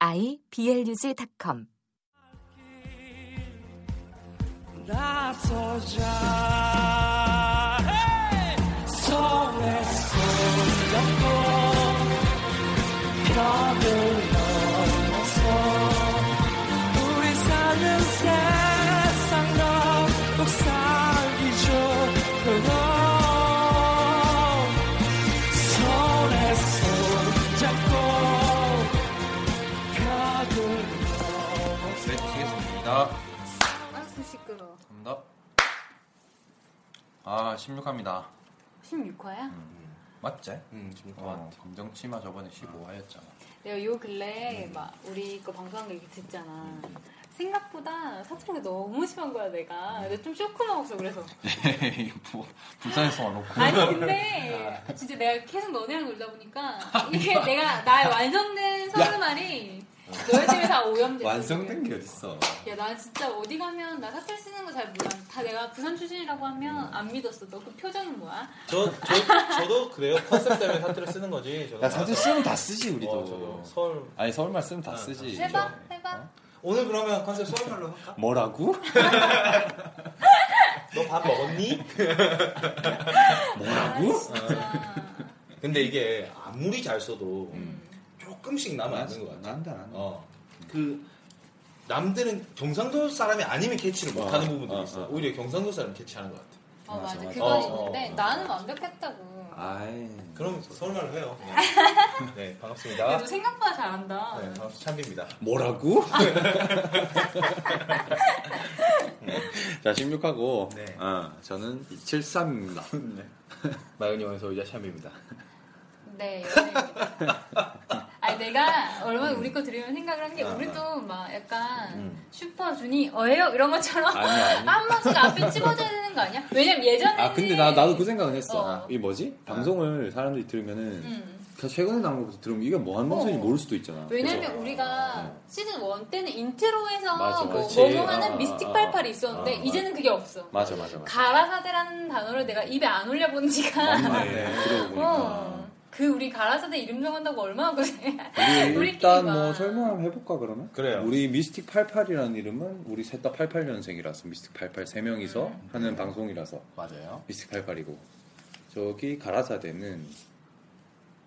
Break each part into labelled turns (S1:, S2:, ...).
S1: iblog.com
S2: That's all Hey! So let's 우리 사는 세상 너꼭 살기 좋도록 손에 손 잡고 가도
S3: 네, 치겠습니다.
S4: 아스 시끄러.
S3: 감사합니다. 아, 16합니다.
S4: 16화야?
S3: 맞지?
S5: 음, 지금 것
S3: 어,
S5: 같아.
S3: 검정 치마 저번에 15화였잖아.
S4: 내가 요 근래 막 우리 거 방송한 거 이렇게 듣잖아. 생각보다 사투리가 너무 심한 거야 내가. 근데 좀 쇼크 먹었어 그래서.
S3: 부, 부산에서 와놓고.
S4: 아니 근데 진짜 내가 계속 너네랑 놀다 보니까
S5: 아,
S4: 이게 내가 나의 완성된 성음알이 너희 집에 다 오염됐어.
S5: 완성된 게 어딨어?
S4: 야, 나 진짜 어디 가면 나 사투리 쓰는 거 잘 몰라. 다 내가 부산 출신이라고
S5: 음.
S4: 하면 안 믿었어. 너 그 표정은 뭐야?
S6: 저, 저, 저도 그래요. 컨셉 때문에 사투를 쓰는 거지. 저도
S5: 야, 사투리 쓰면 다 쓰지 우리도.
S6: 어, 저도 서울.
S5: 아니 서울말 쓰면 다 쓰지.
S4: 해봐, 해봐.
S6: 오늘 그러면 컨셉 서울말로 할까?
S5: 뭐라고?
S6: 너 밥 먹었니?
S4: 아,
S5: 뭐라고?
S4: 진짜.
S6: 근데 이게 아무리 잘 써도 조금씩 남아있는 것 같아.
S5: 난다 난.
S6: 어. 그, 남들은 경상도 사람이 아니면 아, 캐치를 못하는
S5: 어,
S6: 부분들이
S5: 어,
S6: 있어.
S5: 어.
S6: 오히려 경상도 사람이 캐치하는 것 같아.
S4: 어,
S5: 맞아,
S4: 맞아.
S5: 맞아.
S4: 그건
S6: 어,
S4: 있는데
S6: 어, 어.
S4: 나는 완벽했다고.
S5: 아이.
S6: 그럼 서울말로 해요. 그냥. 네, 반갑습니다.
S4: 너 생각보다 잘한다.
S6: 네, 반갑습니다. 찬비입니다.
S5: 뭐라고? 음. 자 16하고
S6: 네.
S5: 어, 저는 73입니다.
S6: 마은이 왕의 소유자 찬비입니다.
S4: 네, 연예인입니다. 아니, 내가 얼마나 우리 거 들으면 생각을 한 게,
S5: 아,
S4: 우리도 막 약간 슈퍼주니, 어예요? 이런 것처럼
S5: 음. 아니, 아니.
S4: 한 번씩 앞에 찍어줘야 되는 거 아니야? 왜냐면 예전에.
S5: 아 근데 나 나도 그 생각은 했어.
S4: 어.
S5: 이 뭐지?
S6: 아.
S5: 방송을 사람들이 들으면은
S4: 음.
S5: 그냥 최근에 나온 것부터 들으면 이게 뭐 하는 방송인지
S4: 어.
S5: 모를 수도 있잖아.
S4: 왜냐면
S5: 그죠? 음.
S4: 우리가 시즌 1 때는 인트로에서
S5: 맞아,
S4: 뭐
S5: 그렇지.
S4: 뭐뭐 하는
S5: 아,
S4: 미스틱
S5: 아,
S4: 팔팔이 있었는데
S5: 아, 아.
S4: 이제는 그게 없어.
S5: 맞아 맞아 맞아.
S4: 가라사대라는 단어를 내가 입에 안 올려본 지가
S5: 맞네. 그러니까. 들어보니까.
S4: 어. 그 우리 가라사대 이름 정한다고 얼마나 고생해.
S5: 우리 일단 뭐
S4: 우리끼리만.
S5: 설명을 해볼까 그러면?
S6: 그래요.
S5: 우리 미스틱 88이라는 이름은 우리 셋 다 88년생이라서 미스틱 88 세 명이서
S6: 음.
S5: 하는 방송이라서
S6: 맞아요.
S5: 미스틱 88이고 저기 가라사대는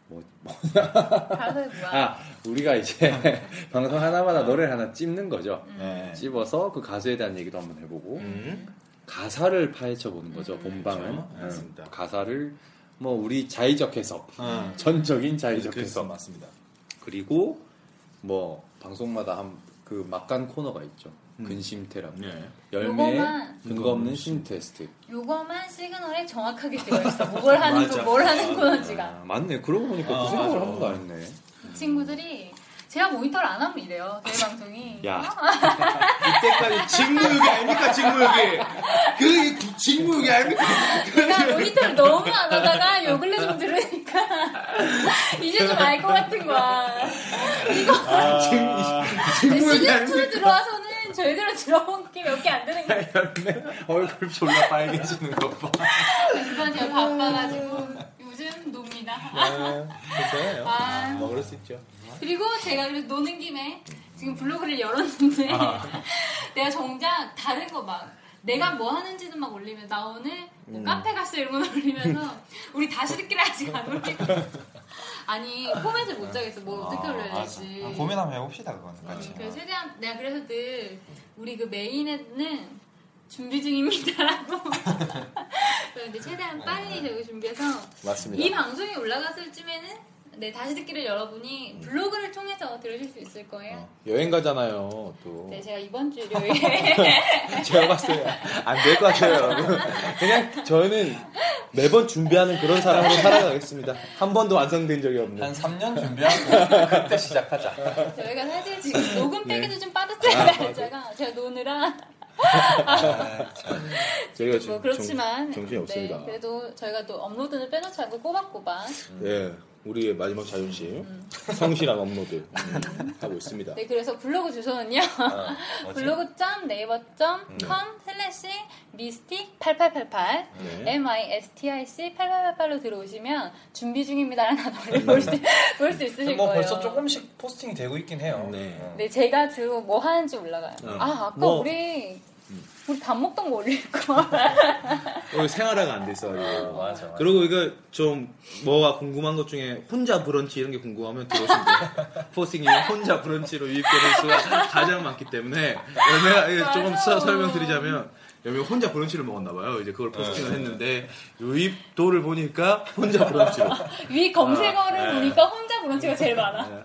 S5: 뭐, 뭐-
S4: 가라사대 뭐야?
S5: 아 우리가 이제 방송 하나마다 노래를 하나 찝는 거죠.
S6: 네.
S5: 찝어서 그 가수에 대한 얘기도 한번 해보고
S6: 음.
S5: 가사를 파헤쳐 보는 거죠. 본방은
S6: 그렇죠. 맞습니다.
S5: 가사를 뭐 우리 자의적 해석,
S6: 음.
S5: 전적인 자의적
S6: 그래서
S5: 해석.
S6: 맞습니다.
S5: 그리고 뭐 방송마다 한 그 막간 코너가 있죠.
S6: 음.
S5: 근심
S4: 음.
S5: 테라피.
S6: 네.
S5: 열매에
S4: 요거만-
S5: 근거 없는 심 테스트.
S4: 요거만 시그널에 정확하게 들어있어. 뭘 하는 거,
S6: 맞아.
S4: 뭘 하는 건지가.
S5: 아, 맞네. 그러고 보니까
S6: 아,
S5: 그 생각을
S6: 맞아.
S5: 한 번도 안 했네.
S4: 이 친구들이 제가 모니터를 안 하면 이래요. 저희 방송이.
S5: 야,
S6: 이때까지 직무유기 아닙니까 직무유기? 그 구- 직무유기 아닙니까?
S4: 제가 모니터를 너무 안 하다가 요 근래 좀 들으니까 이제 좀 알 것 같은 거야.
S3: 아.
S6: 직무유기
S4: 시즌 2
S6: 아닙니까?
S4: 들어와서는 저희들은 들어본 게 몇 개 안 되는
S6: 네.
S4: 거예요.
S6: 그
S5: 얼굴 졸라 빨개지는 거 봐.
S4: 그러니까 이번 제가 바빠가지고 요즘 놉니다.
S6: 아, 괜찮아요.
S4: 아.
S6: 뭐 그럴 수 있죠.
S4: 그리고 제가 그래서 노는 김에 지금 블로그를 열었는데
S3: 아.
S4: 내가 정작 다른 거 막 내가 뭐 하는지는 막 올리면 나 오늘 뭐
S3: 음.
S4: 카페 갔어 이런 거 올리면서 우리 다시 듣기를 아직 안 올리고 있어. 아니 포맷을 못 짜겠어 뭐 어떻게 올려야 될지
S3: 아, 고민 한번 해봅시다, 그거는
S4: 어,
S3: 같이.
S4: 그래서 최대한 내가 그래서 늘 우리 그 메인에는 준비 중입니다라고 근데 최대한 빨리
S3: 네.
S4: 저기 준비해서
S6: 맞습니다.
S4: 이 방송이 올라갔을 쯤에는 네 다시 듣기를 여러분이
S5: 음.
S4: 블로그를 통해서 들으실 수 있을 거예요.
S6: 여행 가잖아요.
S5: 어.
S6: 또
S4: 네 제가 이번 주 일요일에
S6: 제가 봤어요. 안 될 것 같아요, 여러분. 그냥 저는 매번 준비하는 그런 사람으로 살아가겠습니다. 한 번도 완성된 적이 없는.
S3: 한 3년 준비하고 그때 시작하자.
S5: 예.
S4: 저희가 사실 지금 녹음 빼기도 좀 빠듯
S5: 아,
S4: 날짜가 제가 노느라
S5: 저희가
S4: 뭐
S5: 네, 지금
S4: 그렇지만
S5: 정, 신이 없습니다.
S4: 네, 그래도 저희가 또 업로드는 빼놓지 않고 꼬박꼬박
S5: 예, 우리의 마지막 자존심, 성실한 업로드
S6: 음,
S5: 하고 있습니다.
S4: 음. 네 그래서 블로그 주소는요
S5: 아,
S3: 어,
S5: 네.
S4: 블로그 점 네이버 점 com 슬래시 미스틱 8888
S5: 음. 네.
S4: MISTIC 8888로 들어오시면 준비 중입니다라는 단어를 볼수 볼 수 있으실
S7: 뭐
S4: 거예요.
S7: 벌써 조금씩 포스팅이 되고 있긴 해요.
S5: 네.
S7: 어.
S4: 네, 제가 주로 뭐 하는지 올라가요.
S5: 어.
S4: 아, 아까
S5: 뭐.
S4: 우리 우리 밥 먹던 거 올릴 거.
S6: 오늘 생활화가 안 돼 있어가지고.
S7: 맞아, 맞아.
S6: 그리고 이거 좀 뭐가 궁금한 것 중에 혼자 브런치 이런 게 궁금하면 들어오시면 돼요. 포싱이 혼자 브런치로 유입되는 수가 가장 많기 때문에 열매가 이거 조금
S4: 맞아.
S6: 서- 설명드리자면 열매가 혼자 브런치를 먹었나 봐요. 이제 그걸 포스팅을 했는데 유입도를 보니까 혼자 브런치로
S4: 위 검색어를 보니까 혼자 브런치가 제일 많아.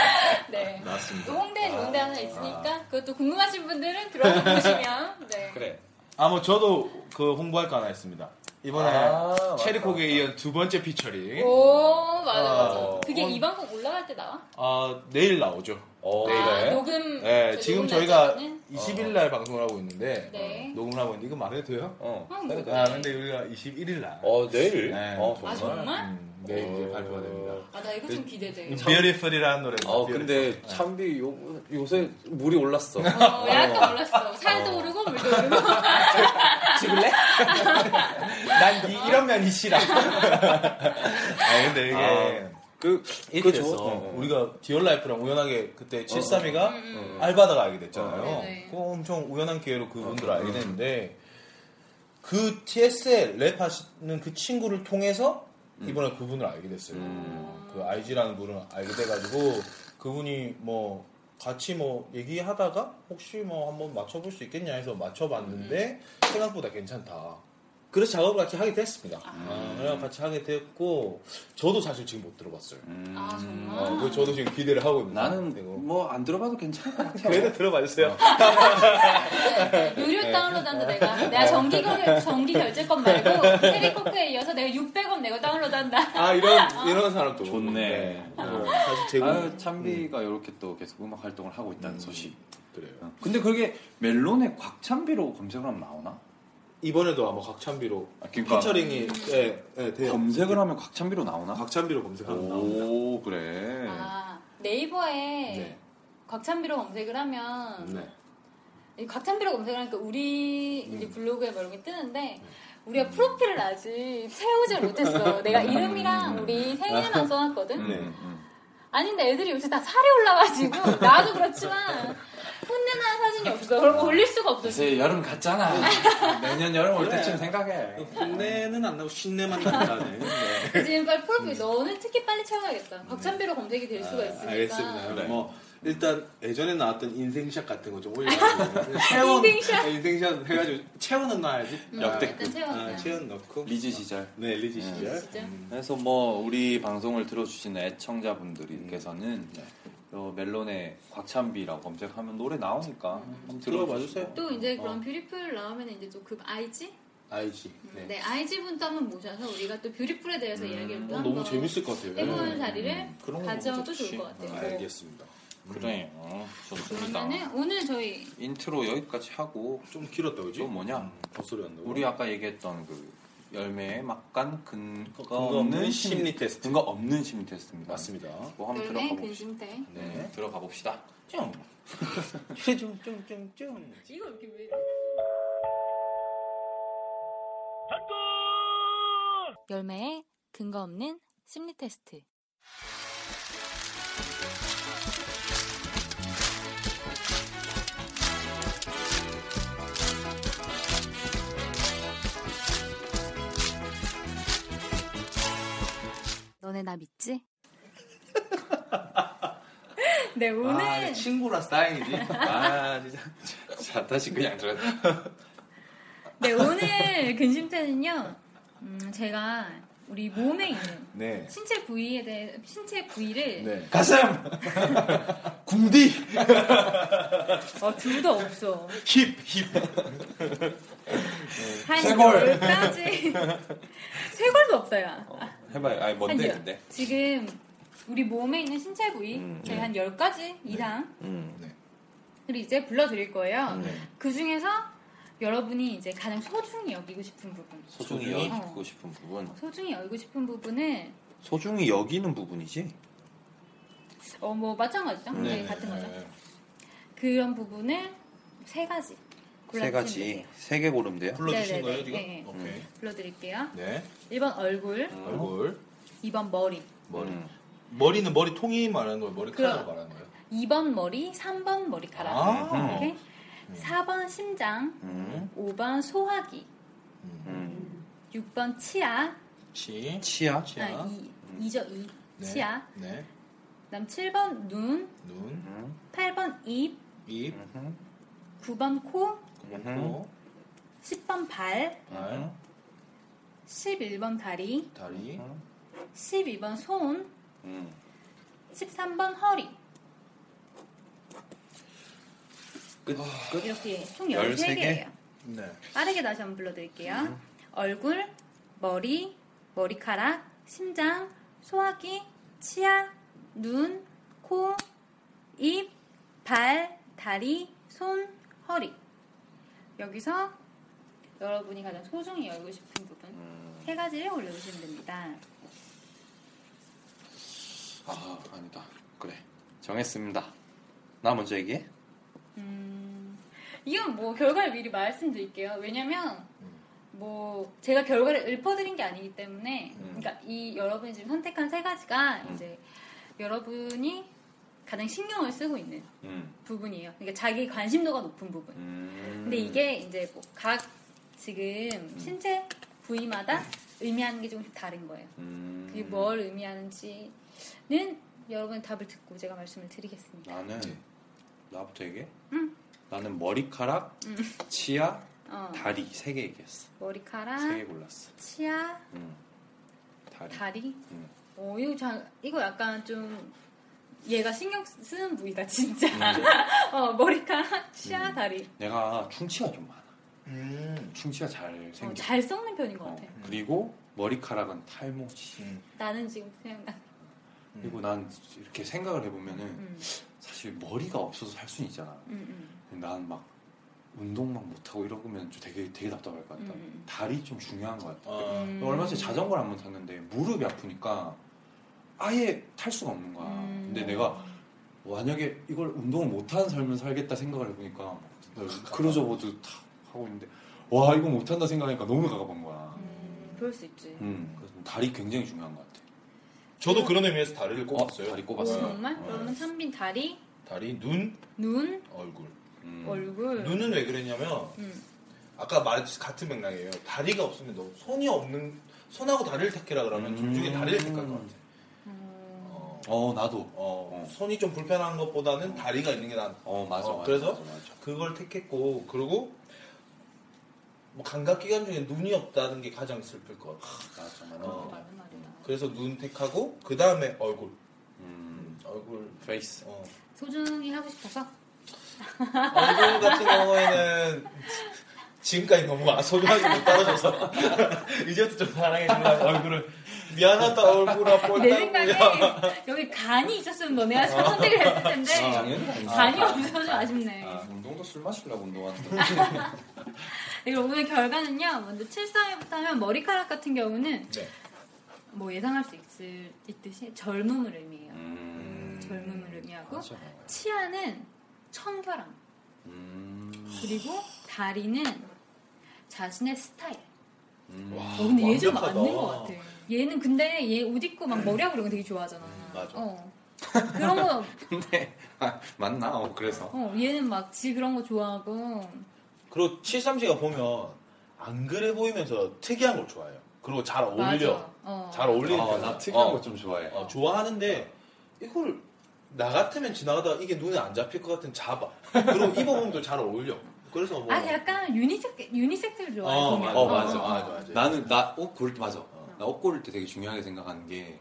S4: 네.
S6: 나왔습니다.
S4: 또 홍대에 좋은 데 하나 있으니까 그것도 궁금하신 분들은 들어가 보시면 네.
S7: 그래.
S6: 아, 뭐 저도 그 홍보할 거 하나 있습니다. 이번에
S7: 아, 맞다,
S6: 체리콕에
S7: 맞다.
S6: 이은 두 번째 피처링
S4: 오, 맞아, 맞아.
S6: 어.
S4: 그게
S6: 어.
S4: 이번 곡 올라갈 때 나와?
S6: 아, 내일 나오죠.
S7: 어,
S6: 네,
S4: 아,
S6: 네.
S4: 녹음.
S6: 네,
S4: 저
S6: 지금
S4: 녹음
S6: 저희가
S4: 날짜는?
S6: 20일 날 방송을 하고 있는데
S4: 네.
S6: 녹음을 하고 있는데 이거 말해도 돼요?
S7: 어.
S4: 음,
S7: 그러니까.
S6: 아, 근데 우리가 21일 날
S5: 어, 내일?
S6: 네.
S5: 어,
S4: 아, 정말?
S6: 음, 내일 이제
S5: 어.
S6: 발표가 됩니다.
S4: 아, 나 이거 좀 기대돼.
S6: Beautiful이라는 노래.
S5: 아, 근데 참비 요, 요새 물이 올랐어.
S4: 어, 약간 올랐어. 살도 오르고 물도 오르고. 아,
S6: 찍을래? 난 이, 이런 면이 싫어. 아, 근데 이게
S5: 그,
S6: 이렇게
S5: 그
S6: 돼서
S5: 좋아. 어, 어.
S6: 우리가 디얼라이프랑 우연하게 그때 732가 알바다가 알게 됐잖아요.
S4: 어, 네네.
S6: 그거 엄청 우연한 기회로 그분들을 알게 됐는데 그 TSL 랩하시는 그 친구를 통해서 이번에 그분을 알게 됐어요. 그 IG라는 분을 알게 돼가지고 그분이 뭐 같이 뭐 얘기하다가 혹시 뭐 한번 맞춰볼 수 있겠냐 해서 맞춰봤는데 생각보다 괜찮다. 음. 그래서 작업을 같이 하게 됐습니다. 그래서 같이 하게 됐고 저도 사실 지금 못 들어봤어요.
S4: 아, 정말?
S6: 어, 그래서 저도 지금 기대를 하고 있는데
S5: 나는 뭐 안 들어봐도 괜찮을 것 같아.
S6: 그래도 들어봐 주세요.
S4: 유료 다운로드한다 내가 내가 정기 결 정기 결제권 말고 테레코크에 이어서 내가 600원 내고 다운로드한다.
S6: 아 이런 이런 사람도
S5: 좋네.
S6: 어, 사실 제공
S5: 아유, 참비가 이렇게 또 계속 음. 음악 활동을 하고 있다는 소식.
S6: 그래요.
S5: 어. 근데 그게 멜론에 곽참비로 검색을 하면 나오나?
S6: 이번에도 아마 곽찬비로
S5: 아, 그러니까 네.
S6: 피처링이 예, 예, 돼요.
S5: 검색을 하면 곽참비로 나오나?
S6: 곽찬비로 검색하면 나옵니다.
S5: 오, 그래.
S4: 아 네이버에
S6: 네.
S4: 곽찬비로 검색을 하면
S6: 네.
S4: 이 곽찬비로 검색하니까 을 우리 이제 블로그에 뭐 이런 게 뜨는데 우리가 프로필을 아직 채우질 못했어. 내가 이름이랑 우리 생일만 써놨거든.
S5: 음, 음.
S4: 아닌데 애들이 요새 다 살이 올라가지고 나도 그렇지만 훈내나는 사진이 없어. 그럼 올릴 수가 없어.
S5: 요새 여름 갔잖아. 내년 여름 올 때쯤 생각해.
S6: 국내는 그 안 나고 신내만 나네. 네.
S4: 지금 빨리 프로필 너는 특히 빨리 채워야겠다. 곽찬비로 검색이 될 수가 있으니까.
S6: 아, 알겠습니다.
S5: 그래.
S6: 뭐 일단 예전에 나왔던 인생샷 같은 거 좀 올려가지고 채운
S4: 인생샷.
S6: 인생샷 해가지고 채우는 거 알지?
S4: 음,
S5: 역대급.
S4: 일단 채워.
S6: 아, 채운 넣고
S5: 리즈 시절.
S6: 네 리지 시절.
S4: 진짜.
S5: 그래서 뭐 우리 방송을 들어주신 애청자분들께서는
S6: 네.
S5: 요 멜론에 곽찬비라고 검색하면 노래 나오니까 한번
S6: 들어봐
S5: 음, 들어주시고.
S6: 주세요.
S4: 또 이제 그런 뷰티풀 나오면 이제 또 그 IG?
S6: 아이지.
S4: 네. IG 분도 한번 모셔서 우리가 또 뷰티풀에 대해서 이야기를 또
S6: 어,
S4: 한번
S6: 너무 재밌을 것 같아요.
S4: 해보는
S6: 네.
S4: 자리를
S6: 그런 거
S4: 가져도
S6: 좋지.
S4: 좋을 것 같아요.
S6: 음, 알겠습니다.
S5: 그래, 어, 좋습니다.
S4: 그러면은 오늘 저희
S5: 인트로 여기까지 하고
S6: 좀 길었다 그지? 음,
S5: 또 뭐냐?
S6: 헛소리 한다고.
S5: 우리 아까 얘기했던 그 열매의 막간 근거,
S6: 근거
S5: 없는
S6: 없는
S5: 심리
S6: 심리 테스트.
S5: 근거 없는 심리 테스트입니다.
S6: 맞습니다.
S5: 그거 한번
S4: 열매
S5: 들어가 봅시다.
S4: 근심대.
S5: 네, 들어가 봅시다. 쭉.
S6: 네. 좀좀좀좀
S4: 이거 이렇게 왜 열매에 근거 없는 심리 테스트. 너네 나 믿지? 네 오늘
S6: 아, 친구라서 다행이지. 아 진짜.
S5: 자, 다시 그냥 들어.
S4: 네, 오늘 근심태는요, 음, 제가 우리 몸에 있는
S6: 네.
S4: 신체 부위에 대해, 신체 부위를,
S6: 네.
S5: 가슴, 궁디,
S4: 어, 둘도 없어.
S5: 힙, 힙. 네.
S4: 한
S5: 쇄골.
S4: 여기까지. 쇄골도 없어요. 아,
S5: 해봐요. 아니
S4: 한
S5: 뭔데 음, 네.
S4: 열-
S5: 근데.
S4: 지금 우리 몸에 있는 신체 부위, 저희 한 10가지 이상
S5: 음.
S6: 네.
S4: 그리고 이제 불러드릴 거예요.
S5: 네.
S4: 그 중에서 여러분이 이제 가장 소중히 여기고 싶은 부분.
S5: 소중히
S4: 어.
S5: 여기고 싶은 부분.
S4: 소중히 여기고 싶은 부분을
S5: 소중히 여기는 부분이지.
S4: 어 뭐 마찬가지죠.
S5: 네,
S4: 네, 같은 거죠. 그런 부분을 세 가지
S5: 세
S4: 골라주시면
S5: 가지,
S4: 돼요.
S5: 세 개 고르면 돼요.
S6: 불러주시는
S4: 네네네.
S6: 거예요 지금?
S4: 네.
S6: 오케이.
S4: 불러드릴게요.
S6: 네.
S4: 1번 얼굴,
S6: 음. 얼굴,
S4: 2번 머리,
S6: 머리.
S5: 음.
S6: 머리는 머리 통이 말하는 거예요. 머리카락을
S4: 그럼.
S6: 말하는 거예요.
S4: 2번 머리, 3번 머리카락.
S6: 아.
S4: 이렇게 4번 심장,
S5: 음.
S4: 5번 소화기,
S5: 음.
S4: 6번 치아,
S6: 치.
S5: 치아.
S6: 치아.
S4: 아, 이, 이죠, 이.
S6: 네.
S4: 치아.
S6: 네.
S4: 그다음 7번 눈,
S6: 눈,
S5: 음.
S4: 8번 입,
S6: 입,
S5: 음.
S4: 9번 코,
S5: 음.
S6: 코,
S4: 10번 발,
S6: 발,
S4: 11번 다리,
S6: 다리,
S4: 12번 손,
S5: 음.
S4: 13번 허리.
S5: 끝. 끝.
S4: 이렇게 총
S5: 13 개?
S4: 13개예요.
S6: 네.
S4: 빠르게 다시 한번 불러드릴게요. 얼굴, 머리, 머리카락, 심장, 소화기, 치아, 눈, 코, 입, 발, 다리, 손, 허리. 여기서 여러분이 가장 소중히 여기고 싶은 부분
S5: 음.
S4: 세 가지를 올려주시면 됩니다.
S5: 아 아니다. 그래. 정했습니다. 나 먼저 얘기해.
S4: 이건 뭐 결과를 미리 말씀드릴게요. 왜냐면
S5: 음.
S4: 뭐 제가 결과를 읊어드린 게 아니기 때문에
S5: 음.
S4: 그러니까 이 여러분이 지금 선택한 세 가지가 이제 여러분이 가장 신경을 쓰고 있는
S5: 음.
S4: 부분이에요. 그러니까 자기 관심도가 높은 부분.
S5: 음.
S4: 근데 이게 이제 뭐 각 지금 신체 부위마다 의미하는 게 조금씩 다른 거예요.
S5: 음.
S4: 그게 뭐 뭘 의미하는지는 여러분의 답을 듣고 제가 말씀을 드리겠습니다.
S5: 나는 나부터 얘기해.
S4: 응.
S5: 나는 머리카락, 치아,
S4: 어, 아.
S5: 다리 세 개 얘기했어.
S4: 머리카락,
S5: 세 개 골랐어.
S4: 치아,
S5: 음. 다리.
S4: 다리.
S5: 음.
S4: 어, 이거 자, 이거 약간 좀 얘가 신경 쓰- 쓰는 부위다 진짜.
S5: 음.
S4: 어, 머리카락, 치아, 다리. 어,
S5: 내가 충치가 좀 많아.
S6: 음.
S5: 충치가 잘
S4: 어,
S5: 생겨.
S4: 잘 썩는 편인 것
S5: 어,
S4: 같아.
S5: 그리고 머리카락은 탈모지.
S6: 음.
S4: 나는 지금 생각.
S5: 그리고 난 이렇게 생각을 해보면은
S4: 음,
S5: 사실 머리가 없어서 살 수는 있잖아.
S4: 음, 음.
S5: 근데 난막 운동만 못하고 이러면 좀 되게 되게 답답할 것 같다.
S4: 음, 음.
S5: 다리 좀 중요한 것 같다.
S6: 아,
S4: 음.
S5: 얼마 전에 자전거를 한번 탔는데 무릎이 아프니까 아예 탈 수가 없는 거야.
S4: 음.
S5: 근데 내가 만약에 이걸 운동을 못하는 삶을 살겠다 생각을 해보니까 뭐 크루저보드 탁 하고 있는데 와 이거 못한다 생각하니까 너무 가가본 거야.
S4: 음, 그럴 수 있지.
S5: 음, 그래서 다리 굉장히 중요한 것 같아.
S6: 저도 그런 의미에서 다리를
S5: 어,
S6: 꼽았어요.
S5: 다리
S4: 오,
S5: 꼽았어요.
S4: 정말? 그러면 찬빈 다리,
S6: 다리, 눈,
S4: 눈,
S6: 얼굴.
S5: 음.
S4: 얼굴.
S6: 눈은 왜 그랬냐면
S4: 음.
S6: 아까 말했듯이 같은 맥락이에요. 다리가 없으면 너 손이 없는 손하고 다리를 택해라 그러면 둘 중에 다리를 택할 것 같아. 어,
S5: 어 나도.
S6: 어,
S5: 음. 어.
S6: 손이 좀 불편한 것보다는 다리가 있는 게 나은.
S5: 어 맞아.
S6: 어,
S5: 맞아
S6: 그래서?
S5: 맞아, 맞아.
S6: 그걸 택했고 그리고 뭐 감각 기관 중에 눈이 없다는 게 가장 슬플 것 같아.
S5: 맞아, 맞아.
S6: 어.
S4: 맞는 말이다.
S6: 그래서 눈 택하고 그 다음에 얼굴.
S5: 음,
S6: 얼굴.
S5: 페이스.
S6: 어.
S4: 소중히 하고 싶어서.
S6: 얼굴 같은 경우에는 지금까지 너무 아- 소중하게 못 다뤄줘서 이제부터 좀 사랑해준다 얼굴을 미안하다 얼굴아
S5: 어,
S4: 내
S6: 꼴다
S4: 생각에 여기 간이 있었으면 너네가 선택을 했을
S5: 어.
S4: 텐데 간이
S5: 아. 음.
S4: 없어서 네. 아쉽네.
S5: 운동도 그 술 마시려고 운동하는
S4: 이거 네, 오늘 결과는요. 먼저 7상에부터 하면 머리카락 같은 경우는
S6: 네.
S4: 뭐 예상할 수 있을 있듯이 젊음을 의미해요.
S5: 음.
S4: 젊음을 의미하고
S5: 맞아.
S4: 치아는 청결함
S5: 음.
S4: 그리고 다리는 자신의 스타일.
S5: 음.
S6: 와,
S4: 어, 근데 얘좀
S6: 아, 완벽하다.
S4: 맞는 것 같아. 얘는 근데 얘 옷 입고 막 머리하고 이런 거 되게 좋아하잖아.
S6: 맞아.
S4: 어. 그런 거
S5: 근데 아, 맞나? 어, 그래서.
S4: 어, 얘는 막 지 그런 거 좋아하고
S6: 그리고 730가 보면 안 그래 보이면서 특이한 걸 좋아해요 그리고 잘 어울려
S4: 맞아. 어.
S6: 잘 어울리는
S5: 어,
S6: 편.
S5: 나 특이한
S6: 어,
S5: 거 좀 좋아해.
S6: 어, 좋아하는데 이걸 나 같으면 지나가다 이게 눈에 안 잡힐 것 같은 잡아 그리고 입어보면 또 잘 어울려 그래서 뭐
S4: 아 약간 유니섹 유니섹스를 좋아해
S6: 어,
S4: 보면.
S6: 맞아.
S5: 어, 맞아.
S6: 맞아, 맞아. 어.
S5: 나는 나 옷 고를 때 맞아. 나 옷 고를 때 되게 중요하게 생각하는 게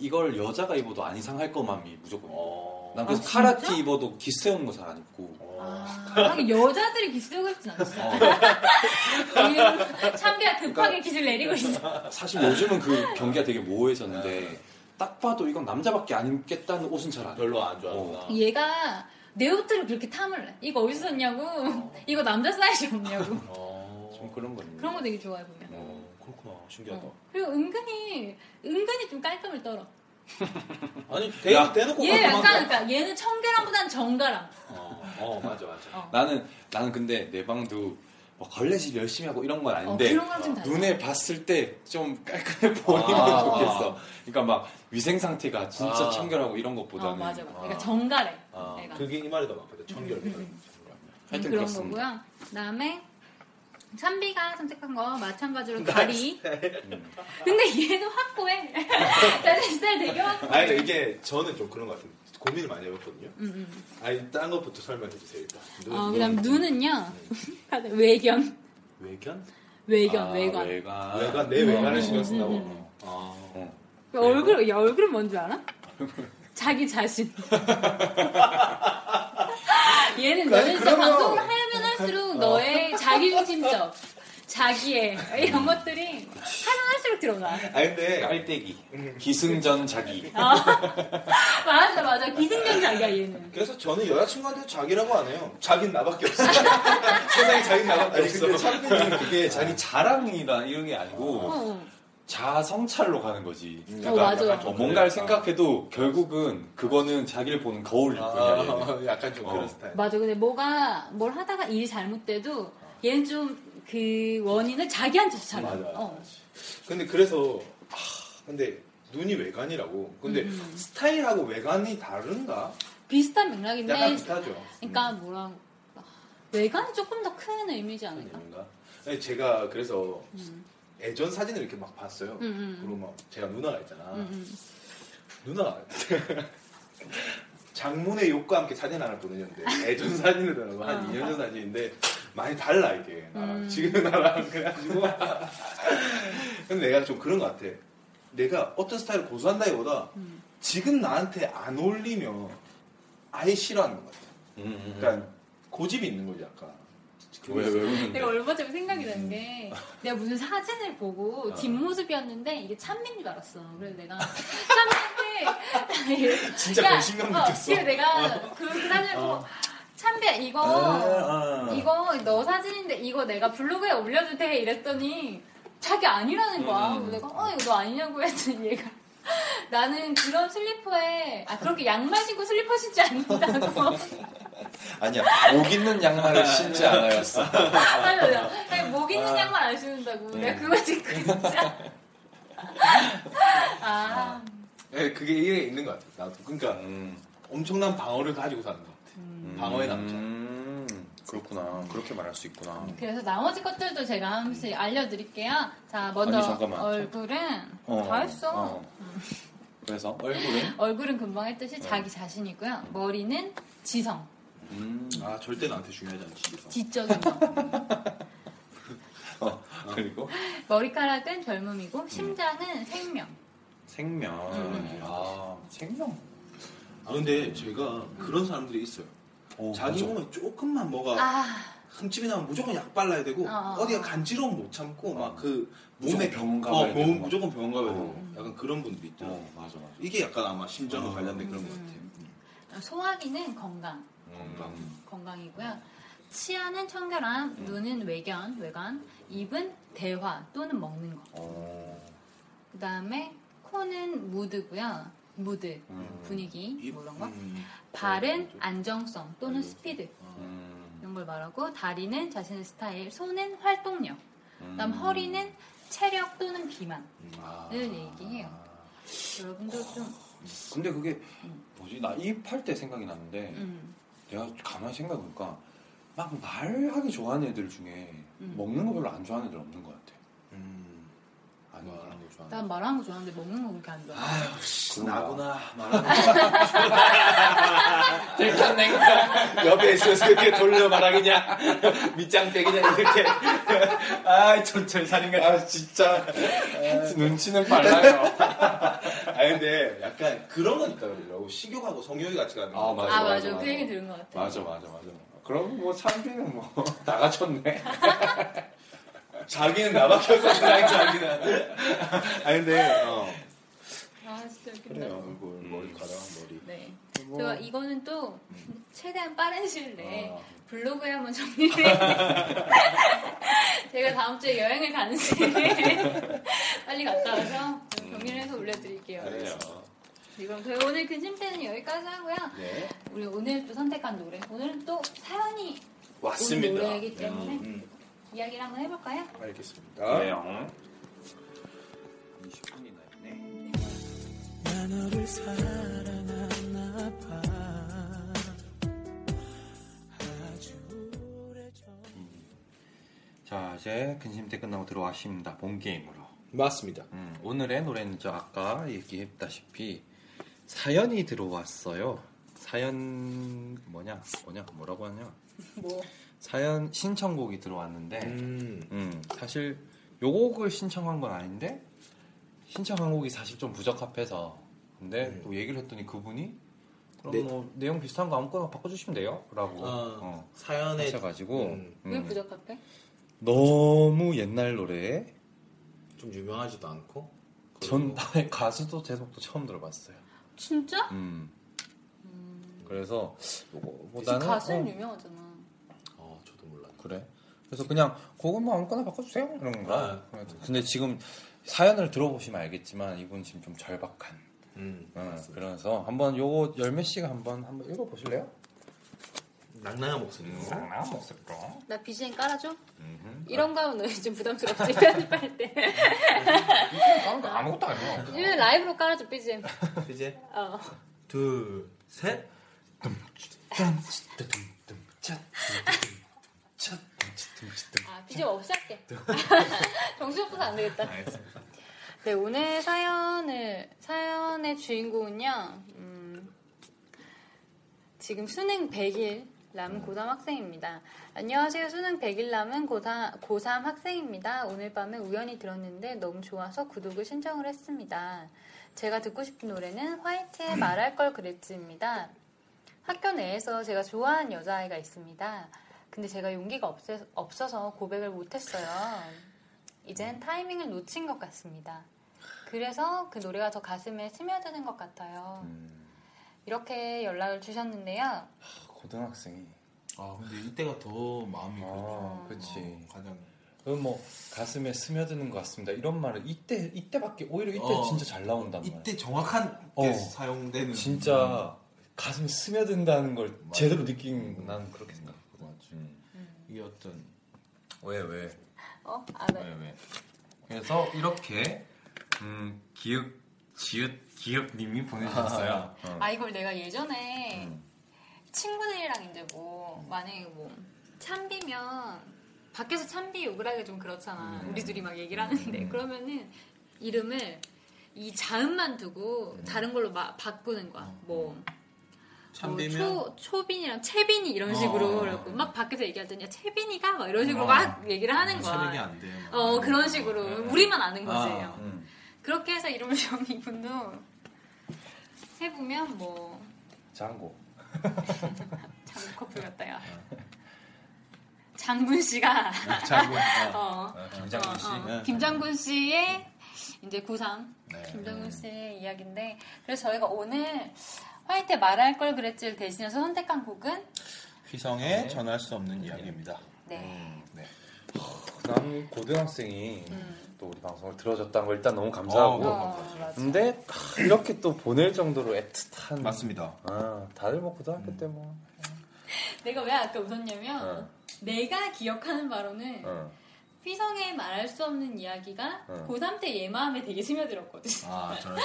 S5: 이걸 여자가 입어도 안 이상할 것만이 무조건. 입어.
S6: 어.
S5: 난 그래서
S4: 아, 진짜?
S5: 카라티 입어도 기스해온 거 잘 안 입고.
S4: 아, 하긴 여자들이 기술 같진 않지.
S5: 어.
S4: 지금 참비야
S5: 그러니까.
S4: 급하게 기술 내리고 있어.
S5: 사실 요즘은 그 경기가 되게 모호해졌는데 딱 봐도 이건 남자밖에 안 입겠다는 옷은 잘 안 입어.
S6: 별로 안 좋아하구나
S4: 얘가 내 옷들을 그렇게 탐을 내. 이거 어디서 샀냐고. 이거 남자 사이즈 없냐고.
S6: 어,
S5: 좀 그런 거 있네.
S4: 그런 거 되게 좋아해 보면.
S6: 어, 그렇구나. 신기하다.
S4: 어. 그리고 은근히 은근히 좀 깔끔을 떨어.
S6: 아니, 대,
S5: 야.
S6: 대놓고
S4: 얘 약간
S6: 깔끔하게.
S4: 그러니까 얘는 청결함보다는 정갈함.
S5: 어, 어, 맞아 맞아.
S4: 어.
S5: 나는 나는 근데 내 방도 뭐 걸레질 열심히 하고 이런 건
S4: 어,
S5: 아닌데
S4: 그런 거랑 좀 다르.
S5: 눈에 봤을 때 좀 깔끔해 보이면
S6: 아.
S5: 좋겠어. 그러니까 막 위생 상태가 진짜
S6: 아.
S5: 청결하고 이런
S4: 어
S5: 것보다는
S4: 맞아 맞아. 그러니까
S5: 아.
S4: 정갈해.
S6: 아,
S4: 내가. 음.
S6: 그게 이 말이 더 맞거든. 청결. 정말.
S5: 하여튼
S4: 그런
S5: 그렇습니다.
S4: 거고요. 그다음에 찬비가 선택한 거 마찬가지로 다리. 근데 얘는 확고해. 나는 스타일 되게 확고해.
S6: 아니 이게 저는 좀 그런 것 같아요. 고민을 많이 해봤거든요.
S4: 음, 음.
S6: 아니 딴 것부터 설명해 주세요 일단. 눈,
S4: 어, 그다음 눈은요. 다들 외견,
S6: 외견?
S4: 외견,
S5: 아,
S4: 외관. 어.
S5: 외관.
S6: 외관 내 외관을 신경
S5: 음,
S6: 쓴다고.
S5: 음, 음.
S6: 아,
S5: 어.
S4: 그 얼굴, 야, 얼굴은 뭔줄 알아? 자기 자신. 얘는 너는 진짜
S6: 그러면-
S4: 방송을 하면 할수록 너의 자기 중심적, 자기애 이런 것들이 하면 할수록 드러나.
S6: 아니 근데
S5: 깔때기. 기승전 자기.
S4: 맞아, 맞아. 기승전 자기야 얘는.
S6: 그래서 저는 여자친구한테 자기라고 안 해요. 자긴 나밖에 없어. 세상에 자긴 나밖에
S5: 아니
S6: 없어.
S5: 근데 참고는 그게 자기 자랑이나 이런 게 아니고
S4: 어, 어.
S5: 자성찰로 가는 거지.
S4: 어, 맞아.
S5: 어, 뭔가를 생각해도 결국은 그거는 자기를 보는 거울일
S6: 아,
S5: 뿐이야. 얘는.
S6: 약간 좀
S5: 어.
S6: 그런 스타일.
S4: 맞아. 근데 뭐가 뭘 하다가 일이 잘못돼도 얘는 좀 그 원인을 자기한테서 찾아.
S6: 맞아, 맞아.
S4: 어.
S6: 근데 그래서 아, 근데 눈이 외관이라고. 근데
S4: 음.
S6: 스타일하고 외관이 다른가?
S4: 비슷한 맥락인데,
S6: 약간 비슷하죠.
S4: 그러니까 뭐라 아, 외관이 조금 더 큰 의미지 않을까?
S6: 아닌가? 아니, 제가 그래서
S4: 음.
S6: 예전 사진을 이렇게 막 봤어요.
S4: 음, 음.
S6: 그리고 막 제가 누나가 있잖아.
S4: 음, 음.
S6: 누나 장문의 욕과 함께 사진 하나 보내줬는데 예전 사진이더라고 한 2년 전 사진인데 많이 달라 이게 나랑 지금 나랑 그래가지고 근데 내가 좀 그런 것 같아. 내가 어떤 스타일을 고수한다기보다 지금 나한테 안 어울리면 아예 싫어하는 것 같아.
S5: 음, 음.
S6: 그러니까 고집이 있는 거지 약간.
S5: 왜, 왜 우는데?
S4: 내가 얼마 전에 생각이 난
S6: 음.
S4: 게 내가 무슨 사진을 보고
S6: 어.
S4: 뒷모습이었는데 이게 찬민인 줄 알았어. 그래서 내가 찬민인데
S6: 진짜
S4: 야,
S6: 배신감
S4: 어,
S6: 느꼈어. 어.
S4: 그래서 내가 그 사진을 보고 찬비야 이거
S5: 아, 아.
S4: 이거 너 사진인데 이거 내가 블로그에 올려도 돼 이랬더니 자기 아니라는 거야.
S6: 음.
S4: 그래서 내가 어 이거 너 아니냐고 했더니 얘가 나는 그런 슬리퍼에 아 그렇게 양말 신고 슬리퍼 신지 않는다고.
S5: 아니야. 목 있는 양말을 신지 않아였어.
S4: 맞아요. 아니, 목 있는 양말 안 신는다고.
S5: 네.
S4: 내가 그거 듣고 진짜. 아,
S6: 예, 그게 이게 있는 것 같아. 나도 그러니까
S5: 음,
S6: 엄청난 방어를 가지고 사는 것 같아. 방어의 남자.
S5: 음, 그렇구나. 그렇게 말할 수 있구나.
S4: 그래서 나머지 것들도 제가 한 번씩 알려드릴게요. 자, 먼저
S5: 아니, 잠깐만.
S4: 얼굴은
S5: 어,
S4: 다 했어.
S5: 어. 그래서 얼굴은
S4: 얼굴은 금방
S5: 어.
S4: 했듯이 자기 자신이고요. 머리는 지성,
S5: 음,
S6: 아 절대 나한테 중요하지 않지. 그래서.
S4: 지적인 거.
S5: 그리고
S4: 머리카락은 젊음이고 심장은 생명.
S5: 생명. 아, 생명.
S6: 아, 근데 제가 그런 사람들이 있어요.
S5: 오,
S6: 자기
S5: 맞아.
S6: 몸에 조금만
S5: 어.
S6: 뭐가
S4: 아,
S6: 흠집이 나면 무조건 약 발라야 되고
S4: 아.
S6: 어. 디가 간지러움 못 참고 막 그 몸에
S5: 어. 무조건 병원
S6: 어,
S5: 가봐야
S6: 몸
S5: 되고 막.
S6: 무조건 병원 가야 되고
S5: 어.
S6: 약간 그런 분들이 있더라고. 요
S5: 어, 맞아, 어. 맞아.
S6: 이게 약간 아마 심장과 관련된 그런 것 같아요.
S4: 음. 소화기는 건강.
S5: 음. 건강.
S4: 건강이고요. 치아는 청결함,
S5: 음.
S4: 눈은 외견, 외관, 입은 대화 또는 먹는 거.
S5: 어,
S4: 그 다음에 코는 무드고요. 무드,
S5: 음. 네,
S4: 분위기, 뭐 이런 거.
S6: 음.
S4: 발은
S5: 그렇죠.
S4: 안정성 또는 스피드
S5: 음,
S4: 이런 걸 말하고 다리는 자신의 스타일, 손은 활동력,
S5: 음.
S4: 그다음 허리는 체력 또는 비만을
S5: 아. 어.
S4: 얘기해요. 여러분도 좀
S5: 근데 그게 뭐지? 나 입할 때 생각이 났는데
S4: 음,
S5: 내가 가만히 생각해보니까 막 말하기 좋아하는 애들 중에
S4: 음.
S5: 먹는 거 별로 안 좋아하는 애들 없는 것 같아.
S6: 음.
S5: 아니,
S6: 말하는 거 좋아하는.
S4: 난 말하는 거 좋아하는데 먹는 거 그렇게 안 좋아.
S6: 아유 씨
S5: 그런가?
S6: 나구나 말하는 거. 옆에 있어서 이렇게 돌려 말하겠냐 밑장빼기냐 이렇게. 아 전철 살인가. 아 진짜.
S5: 눈치는 빨라요.
S6: 아 근데 약간 그런 건 있다 그러더라고 식욕하고 성욕이 같이 가는
S5: 아,
S6: 거.
S5: 맞아.
S4: 아 맞아, 그 얘기 들은 것 같아.
S5: 맞아, 맞아, 맞아. 그럼 뭐 참비는 뭐 나가쳤네.
S6: 자기는 나밖에 없어 자기는 아 근데 어.
S4: 아 진짜 웃긴다.
S5: 음.
S6: 얼굴 머리카락 머리
S4: 네.
S8: 뭐.
S4: 저 이거는 또 최대한 빠른 시일 내에
S8: 아.
S4: 블로그에 한번 정리를 제가 다음 주에 여행을 가는 시일에 빨리 갔다 와서 정리를 해서 올려드릴게요.
S5: 음.
S6: 네.
S5: 네.
S8: 그래요.
S5: 어,
S4: 지금 저희 오늘 근심패는 여기까지 하고요.
S6: 네.
S4: 우리 오늘 또 선택한 노래 오늘은 또 사연이 온
S6: 왔습니다.
S4: 노래이기 때문에
S6: 음.
S4: 이야기를 한번 해볼까요?
S6: 알겠습니다.
S5: 음.
S8: 그래요.
S9: 나 너를 사랑하나 봐 아주 오래전
S5: 자 이제 근심 때 끝나고 들어왔습니다. 본 게임으로.
S6: 맞습니다.
S5: 음, 오늘의 노래는 저 아까 얘기했다시피 사연이 들어왔어요. 사연 뭐냐 뭐냐 뭐라고 하냐
S4: 뭐
S5: 사연 신청곡이 들어왔는데
S6: 음.
S5: 음, 사실 요 곡을 신청한 건 아닌데 신청한 곡이 사실 좀 부적합해서 근데
S6: 음.
S5: 또 얘기를 했더니 그분이 그럼
S6: 네.
S5: 뭐 내용 비슷한 거 아무거나 바꿔주시면 돼요라고
S6: 아,
S5: 어,
S6: 사연에
S5: 하셔가지고
S6: 음.
S4: 왜
S5: 음,
S4: 부적합해?
S5: 너무 옛날 노래에
S6: 좀 유명하지도 않고.
S5: 전 가수도 제목도 처음 들어봤어요.
S4: 진짜?
S5: 음. 그래서
S4: 무슨
S5: 요거보다는
S4: 음. 가수는
S5: 어,
S4: 유명하잖아.
S6: 어, 저도 몰라.
S5: 그래. 그래서 그냥 그것만 아무거나 바꿔주세요 이런 거.
S6: 아.
S5: 근데 지금 사연을 들어보시면 알겠지만 이분 지금 좀 절박한.
S6: 음.
S5: 어, 그래서 한번 요거 열매 씨가 한번 한번 읽어보실래요?
S6: 낭낭한 목소리로.
S5: 장난 없을까?
S4: 나 BGM 깔아줘? 이런 거 하면 너희 좀 부담스럽지, 편집할 때.
S5: 아무것도 아니야.
S4: 요즘에 라이브로 깔아줘, BGM.
S6: 이제
S4: 어.
S6: 둘, 셋.
S4: 아, BGM 없이 할게. 정신없어서 안 되겠다. 네, 오늘 사연을, 사연의 주인공은요, 음, 지금 수능 100일 남은 고3 학생입니다. 안녕하세요. 수능 100일 남은 고3, 고3 학생입니다. 오늘 밤에 우연히 들었는데 너무 좋아서 구독을 신청을 했습니다. 제가 듣고 싶은 노래는 화이트의 말할 걸 그랬지입니다. 학교 내에서 제가 좋아하는 여자아이가 있습니다. 근데 제가 용기가 없애- 없어서 고백을 못했어요. 이젠 타이밍을 놓친 것 같습니다. 그래서 그 노래가 더 가슴에 스며드는 것 같아요.
S5: 음.
S4: 이렇게 연락을 주셨는데요.
S5: 고등학생이.
S6: 아, 근데 이때가 더 마음이
S5: 아,
S6: 그렇죠.
S5: 그렇지.
S6: 어, 가장
S5: 뭐 가슴에 스며드는 것 같습니다. 이런 말은 이때 이때밖에 오히려 이때
S6: 어.
S5: 진짜 잘 나온단 말이야.
S6: 이때 정확한 게
S5: 어.
S6: 사용되는
S5: 진짜 가슴 스며든다는 걸 제대로 느낀 난 그렇게 생각했거든.
S6: 이게 어떤
S5: 왜 왜?
S4: 어? 아,
S5: 왜
S4: 네.
S5: 왜? 그래서 이렇게 음, 기억 지읒 기억님이 보내주셨어요. 어.
S4: 아, 이걸 내가 예전에
S5: 음.
S4: 친구들이랑 이제 뭐, 만약에 뭐, 참비면, 밖에서 참비 욕을 하기가 좀 그렇잖아.
S5: 음.
S4: 우리 둘이 막 얘기를 하는데.
S5: 음.
S4: 그러면은, 이름을 이 자음만 두고 다른 걸로 막 바꾸는 거야. 뭐,
S6: 참비면
S4: 뭐 초, 초빈이랑 채빈이 이런 식으로
S6: 어.
S4: 그래갖고 막 밖에서 얘기할 때는 야, 채빈이가 막 이런 식으로
S5: 어.
S4: 막 얘기를 하는
S6: 아, 체력이
S4: 거야.
S6: 안 네. 돼.
S4: 어 그런 식으로 우리만 아는 거지.
S6: 아,
S4: 요
S5: 음.
S4: 그렇게 해서 이름을 정한 이분도 해보면 뭐
S5: 장고.
S4: 장군 커플 같다요. 장군 씨가
S6: 자고
S4: 어,
S5: 어, 김장군 씨.
S4: 어, 어.
S6: 네.
S4: 김장군 씨의 이제 고3
S5: 네.
S4: 김정은 씨의 이야기인데 그래서 저희가 오늘 화이트 말할 걸 그랬지를 대신해서 선택한 곡은
S6: 휘성의 전할 수 없는 이야기입니다. 음,
S4: 네.
S5: 난 고등학생이
S4: 음.
S5: 또 우리 방송을 들어줬다는 거 일단 너무 감사하고.
S6: 어.
S4: 맞아.
S5: 근데 아, 이렇게 또 보낼 정도로 애틋한.
S6: 맞습니다.
S5: 아 다들 뭐 고등학교 때 뭐.
S4: 음. 내가 왜 아까 웃었냐면
S5: 어.
S4: 내가 기억하는 바로는
S5: 어.
S4: 휘성의 말할 수 없는 이야기가
S5: 어.
S4: 고3 때 얘 마음에 되게 스며들었거든.
S6: 아, 전할 수 없는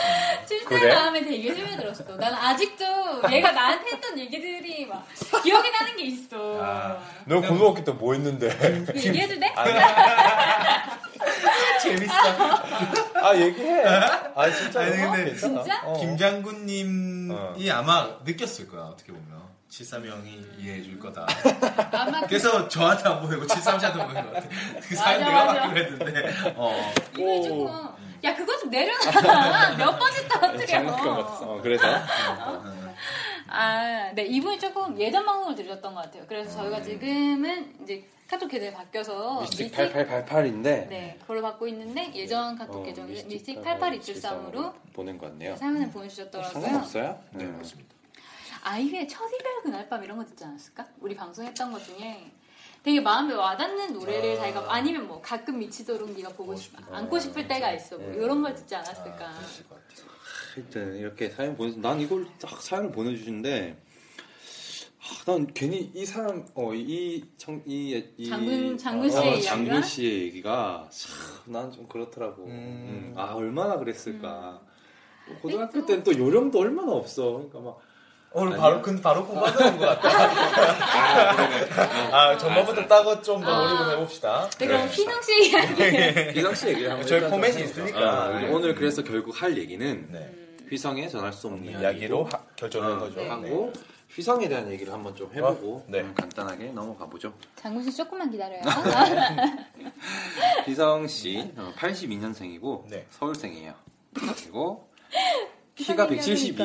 S4: 칠세
S5: 그래?
S4: 마음에 되게 스며들었어. 난 아직도 얘가 나한테 했던 얘기들이 막 기억이 나는 게 있어.
S6: 아.
S5: 너 고등학교 때 뭐 했는데?
S4: 이거 얘기해도 돼?
S6: 재밌어.
S5: 아 얘기해. 아 진짜.
S6: 아니, 어.
S5: 로
S6: 근데
S4: 진짜?
S6: 김장군님이 아마 느꼈을 거야 어떻게 보면 73 형이 이해해 줄 거다.
S4: 아마 그
S6: 그래서 저한테 안 보내고 73 씨한테 보낸 것 같아. 그 사연
S4: 맞아,
S6: 내가
S4: 맞아.
S6: 받기로 했는데. 어.
S4: 이걸 조금 뭐.
S5: 음.
S4: 야 그거 좀
S5: 아,
S4: 내려놔. 몇 번 했다 어떻게
S5: 어, 그래서
S4: 아, 네, 이분이 조금 예전 방송을 들으셨던 것 같아요. 그래서 저희가 지금은 이제 카톡 계정이 바뀌어서
S5: 음. 미스틱
S4: 미스틱-
S5: 8888인데
S4: 네, 어, 그걸로 받고 있는데
S5: 어,
S4: 예전 카톡 계정 이 미스틱 88273으로
S5: 보낸 것 같네요. 어,
S4: 사연을 보내주셨더라고요.
S5: 상관없어요? 네, 맞습니다.
S4: 아이유의 첫 이별 그날 밤 이런 거 듣지 않았을까? 우리 방송했던 것 중에 되게 마음에 와닿는 노래를
S6: 아.
S4: 자기가 아니면 뭐 가끔 미치도록 네가 보고 싶,
S6: 싶다.
S4: 안고 싶을 때가 있어 뭐
S5: 음.
S4: 이런 걸 듣지
S6: 아,
S4: 않았을까?
S6: 그랬을 것 같아요.
S5: 하여튼 네, 이렇게 사연 보내 난 이걸 딱 사연을 보내주신데 아, 난 괜히 이 사람 어, 어이청이 이,
S4: 장군- 장군 씨의
S5: 어,
S4: 이야기가?
S5: 장군 씨의 얘기가 난 좀 그렇더라고.
S6: 음.
S5: 음, 아 얼마나 그랬을까.
S4: 음. 네,
S5: 고등학교 때는 또 요령도 얼마나 없어. 그러니까 막
S6: 오늘
S5: 아니요.
S6: 바로 근 바로 뽑아드는 것 같다. 아 전반부터 따고 좀 더
S4: 아.
S6: 몰입을 해봅시다. 네.
S4: 근데
S5: 그러니까.
S4: 그럼 희성 씨
S5: 네.
S4: 이야기
S5: 기상 씨 얘기를 한번
S6: 저희
S5: 해보자.
S6: 포맷이 있으니까.
S5: 아,
S6: 네.
S5: 오늘 그래서 결국 할 얘기는
S6: 네.
S5: 휘성의 전할 수 없는
S6: 이야기로 하- 결정한
S5: 어,
S6: 거죠. 네.
S5: 하고 휘성에 대한 얘기를 한번 좀 해보고
S6: 어, 네.
S5: 음, 간단하게 넘어가 보죠.
S4: 장군 씨 조금만 기다려요.
S5: 아,
S4: 아,
S5: 기성 씨 82년생이고
S6: 네.
S5: 서울생이에요. 그리고 키가 172.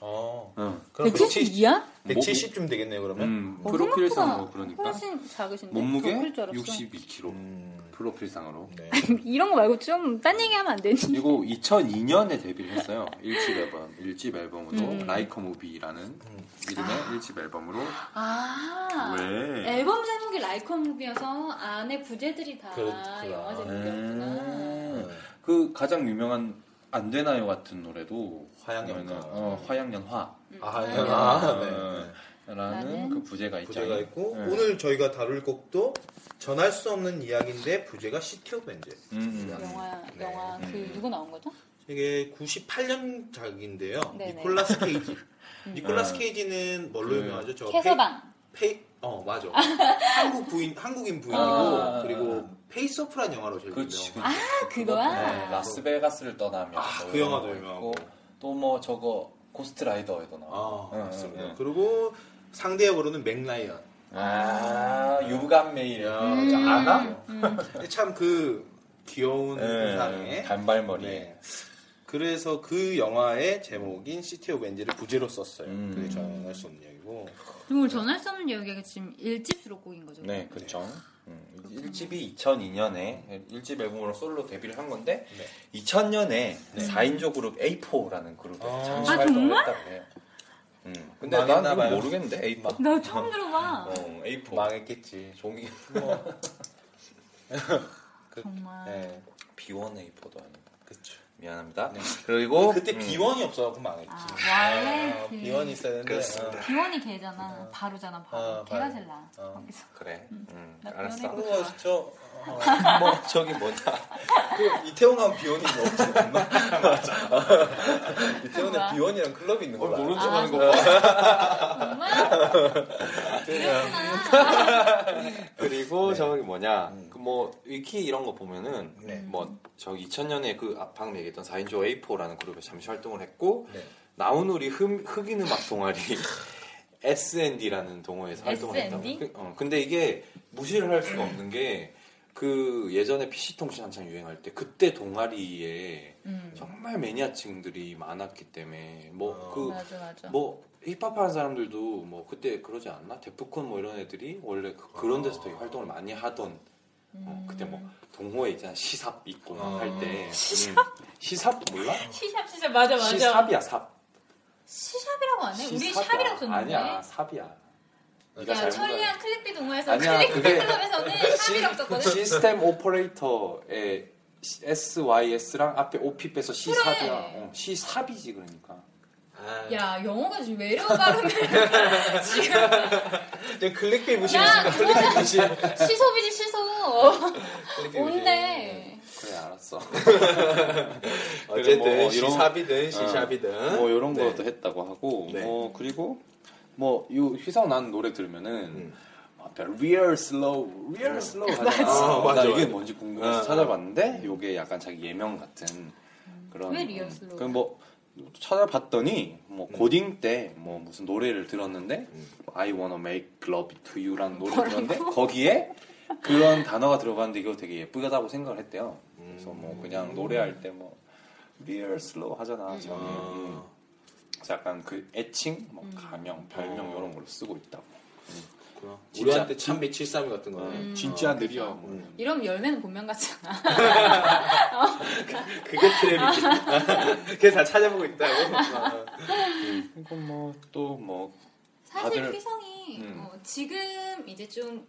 S6: 어.
S5: 어.
S6: 그럼 170,
S5: 170
S6: 170쯤 되겠네요 그러면.
S5: 음, 프로필상 뭐 그러니까
S4: 어, 훨씬 작으신데
S5: 몸무게
S4: 더클줄 알았어.
S5: 62kg
S6: 음,
S5: 프로필상으로.
S6: 네.
S4: 이런 거 말고 좀 딴 얘기하면 안 되니?
S5: 그리고 2002년에 데뷔를 했어요. 1집 앨범, 1집 앨범으로
S4: 음.
S5: 라이커 무비라는
S6: 음.
S5: 이름의 1집 앨범으로
S4: 아
S5: 왜?
S4: 앨범 제목이 라이커 무비여서 안에 부제들이 다
S6: 그렇구나.
S4: 영화 제목이었구나.
S6: 네.
S5: 음. 그 가장 유명한 안 되나요 같은 노래도
S6: 화양연화.
S5: 보면은, 어, 화양연화.
S4: 음.
S6: 아, 네.
S5: 아,
S6: 네. 네.
S5: 라는 그 부제가 있죠.
S6: 부제가 있고
S5: 네.
S6: 오늘 저희가 다룰 곡도 전할 수 없는 이야기인데 부제가 시티오 벤제.
S5: 음, 음.
S4: 영화
S6: 네.
S4: 영화 그
S5: 음.
S4: 누구 나온 거죠?
S6: 이게 98년 작인데요.
S4: 네네.
S6: 니콜라스 케이지. 니콜라스
S5: 음.
S6: 케이지는 뭘로
S5: 그
S6: 유명하죠? 저
S4: 캐서방.
S6: 페이, 페이- 어 맞아. 한국 부인 한국인 부인이고
S5: 아.
S6: 그리고 페이스오프란 영화로 제일
S5: 그렇지.
S6: 유명.
S4: 아 그거야.
S5: 네, 라스베가스를 떠나면
S6: 아,
S5: 뭐
S6: 그
S5: 이런
S6: 영화도
S5: 거
S6: 유명하고.
S5: 또뭐 저거 고스트 라이더에도
S6: 아
S5: 나와.
S6: 맞습니다. 그리고 상대 역으로는 맥라이언.
S5: 아, 유감 메일.
S6: 음.
S5: 아, 아가?
S6: 참 그 귀여운
S5: 네,
S6: 인상의
S5: 단발머리.
S6: 네. 그래서 그 영화의 제목인 시티 오브 엔젤을 부제로 썼어요.
S5: 음.
S6: 그게 전할 수 없는 얘기고.
S4: 그럼 우리 전할 수 없는 이야기가 지금 일집 수록곡인 거죠?
S5: 네, 그렇죠. 음, 1집이 2002년에 1집 앨범으로 솔로 데뷔를 한 건데
S6: 네.
S5: 2000년에 4인조 그룹 A4라는 그룹에
S6: 아.
S5: 잠시
S4: 아,
S5: 활동을
S4: 정말?
S5: 했다고 해요. 음, 근데 난
S6: 망했나
S5: 그건
S6: 봐요.
S5: 모르겠는데 A4.
S4: 나 처음 들어봐.
S5: 어, A4.
S6: 망했겠지.
S5: 종이
S4: 정말.
S6: 네.
S5: B1 A4도 아니고.
S6: 그쵸.
S5: 미안합니다.
S6: 네.
S5: 그리고
S6: 그때
S5: 음.
S6: 비원이 없어갖고 망했지.
S4: 아,
S6: 아,
S4: 와의 그
S6: 비원이 있어야 되는데.
S5: 그렇습니다.
S4: 비원이 걔잖아. 바로잖아, 바로.
S6: 아,
S4: 걔가
S6: 바로.
S4: 제일 나.
S6: 어.
S4: 거기서.
S5: 그래. 음,
S4: 나
S5: 알았어.
S4: 변해.
S6: 그거 진짜 어,
S5: 뭐 저기 뭐냐.
S6: 그 이태원 가면 비원이 없지 않나? 이태원에
S4: 뭐야?
S6: 비원이랑 클럽이 있는
S10: 어,
S6: 네. 거야.
S5: 모른
S4: 척 하는 거 정말?
S5: 그리고
S6: 네.
S5: 저기 뭐냐.
S6: 음.
S5: 그 뭐 위키 이런 거 보면은
S6: 네.
S5: 뭐 저 2000년에 그 방금 얘기했던 4인조 A4라는 그룹에 잠시 활동을 했고
S6: 네.
S5: 나온 우리 흠, 흑인 음악 동아리 S&D라는 동호회에서 활동을 했다고.
S4: S&D?
S5: 그- 어, 근데 이게 무시를 할 수가 없는 게 그 예전에 PC 통신 한창 유행할 때 그때 동아리에
S4: 음.
S5: 정말 매니아층들이 많았기 때문에
S6: 어.
S5: 뭐그
S4: 맞아, 맞아.
S5: 뭐 힙합 하는 사람들도 뭐 그때 그러지 않나? 데프콘 뭐 이런 애들이 원래 그, 런 데서 되게 활동을 많이 하던
S4: 음.
S5: 어, 그때 뭐 동호회 있잖아 시삽 있고
S6: 아.
S5: 할 때 시삽? 시삽 몰라?
S4: 시샵, 시샵, 맞아, 맞아.
S5: 시삽이야 삽
S4: 시샵이라고 안 해? 우리
S5: 시삽이야.
S4: 샵이라고 썼는데.
S5: 아니야 삽이야 네가
S4: 야,
S5: 잘못
S4: 천리안
S5: 알아.
S4: 클릭비 동호회에서
S5: 아니야,
S4: 클릭비
S5: 그게-
S4: 클럽에서는 샵이라고 썼거든?
S5: 시스템 오퍼레이터의 SYS랑 앞에 OP 빼서 시삽이야 어, 시삽이지 그러니까
S6: 아,
S4: 야, 영어가 지금 외려 발음을 지금.
S6: 지금 클릭비
S4: 야,
S6: 무시했으니까
S4: 그거는
S6: 클릭비 무시.
S4: 시소비지,
S5: 어,
S4: 시소.
S6: 클릭비 무시.
S4: 온대.
S5: 그래 알았어
S6: 어쨌든
S5: 그래, 뭐 이런-
S6: 시삽이든
S10: 어,
S6: 시샵이든
S5: 뭐 이런
S6: 네.
S5: 것도 했다고 하고
S6: 네.
S5: 뭐 그리고 뭐 이 휘성 난 노래 들으면은
S6: 음.
S5: 막 real slow, real slow 하잖아.
S6: 맞아.
S5: 어, 나
S6: 맞아,
S5: 이게
S6: 맞아.
S5: 뭔지 궁금해서
S6: 어.
S5: 찾아봤는데 이게 약간 자기 예명 같은 그런.
S4: 왜 real slow야?
S5: 그럼 뭐 찾아봤더니 뭐
S6: 음.
S5: 고딩 때 뭐 무슨 노래를 들었는데 뭐 I wanna make love to you라는 노래 들었는데 거기에 그런 단어가 들어갔는데 이거 되게 예쁘다고 생각을 했대요. 그래서 뭐 그냥 노래할 때 뭐 real slow 하잖아. 저는. 음.
S6: 어,
S4: 음.
S6: 어.
S5: 그래서 약간 그 애칭, 뭐 가명, 별명 이런 걸로 쓰고 있다고.
S10: 그렇구나.
S5: 진짜.
S10: 우리한테 참비 732 같은
S6: 음.
S10: 거네.
S5: 음.
S4: 음.
S5: 진짜 느려.
S10: 음.
S4: 이러면 열매는 본명 같잖아.
S10: 그게 트랩이지. 그래서 다 찾아보고
S4: 음.
S10: 있다고. 아.
S5: 그리고 뭐또뭐
S4: 사실
S5: 다들-
S4: 휘성이
S5: 음.
S4: 어, 지금 이제 좀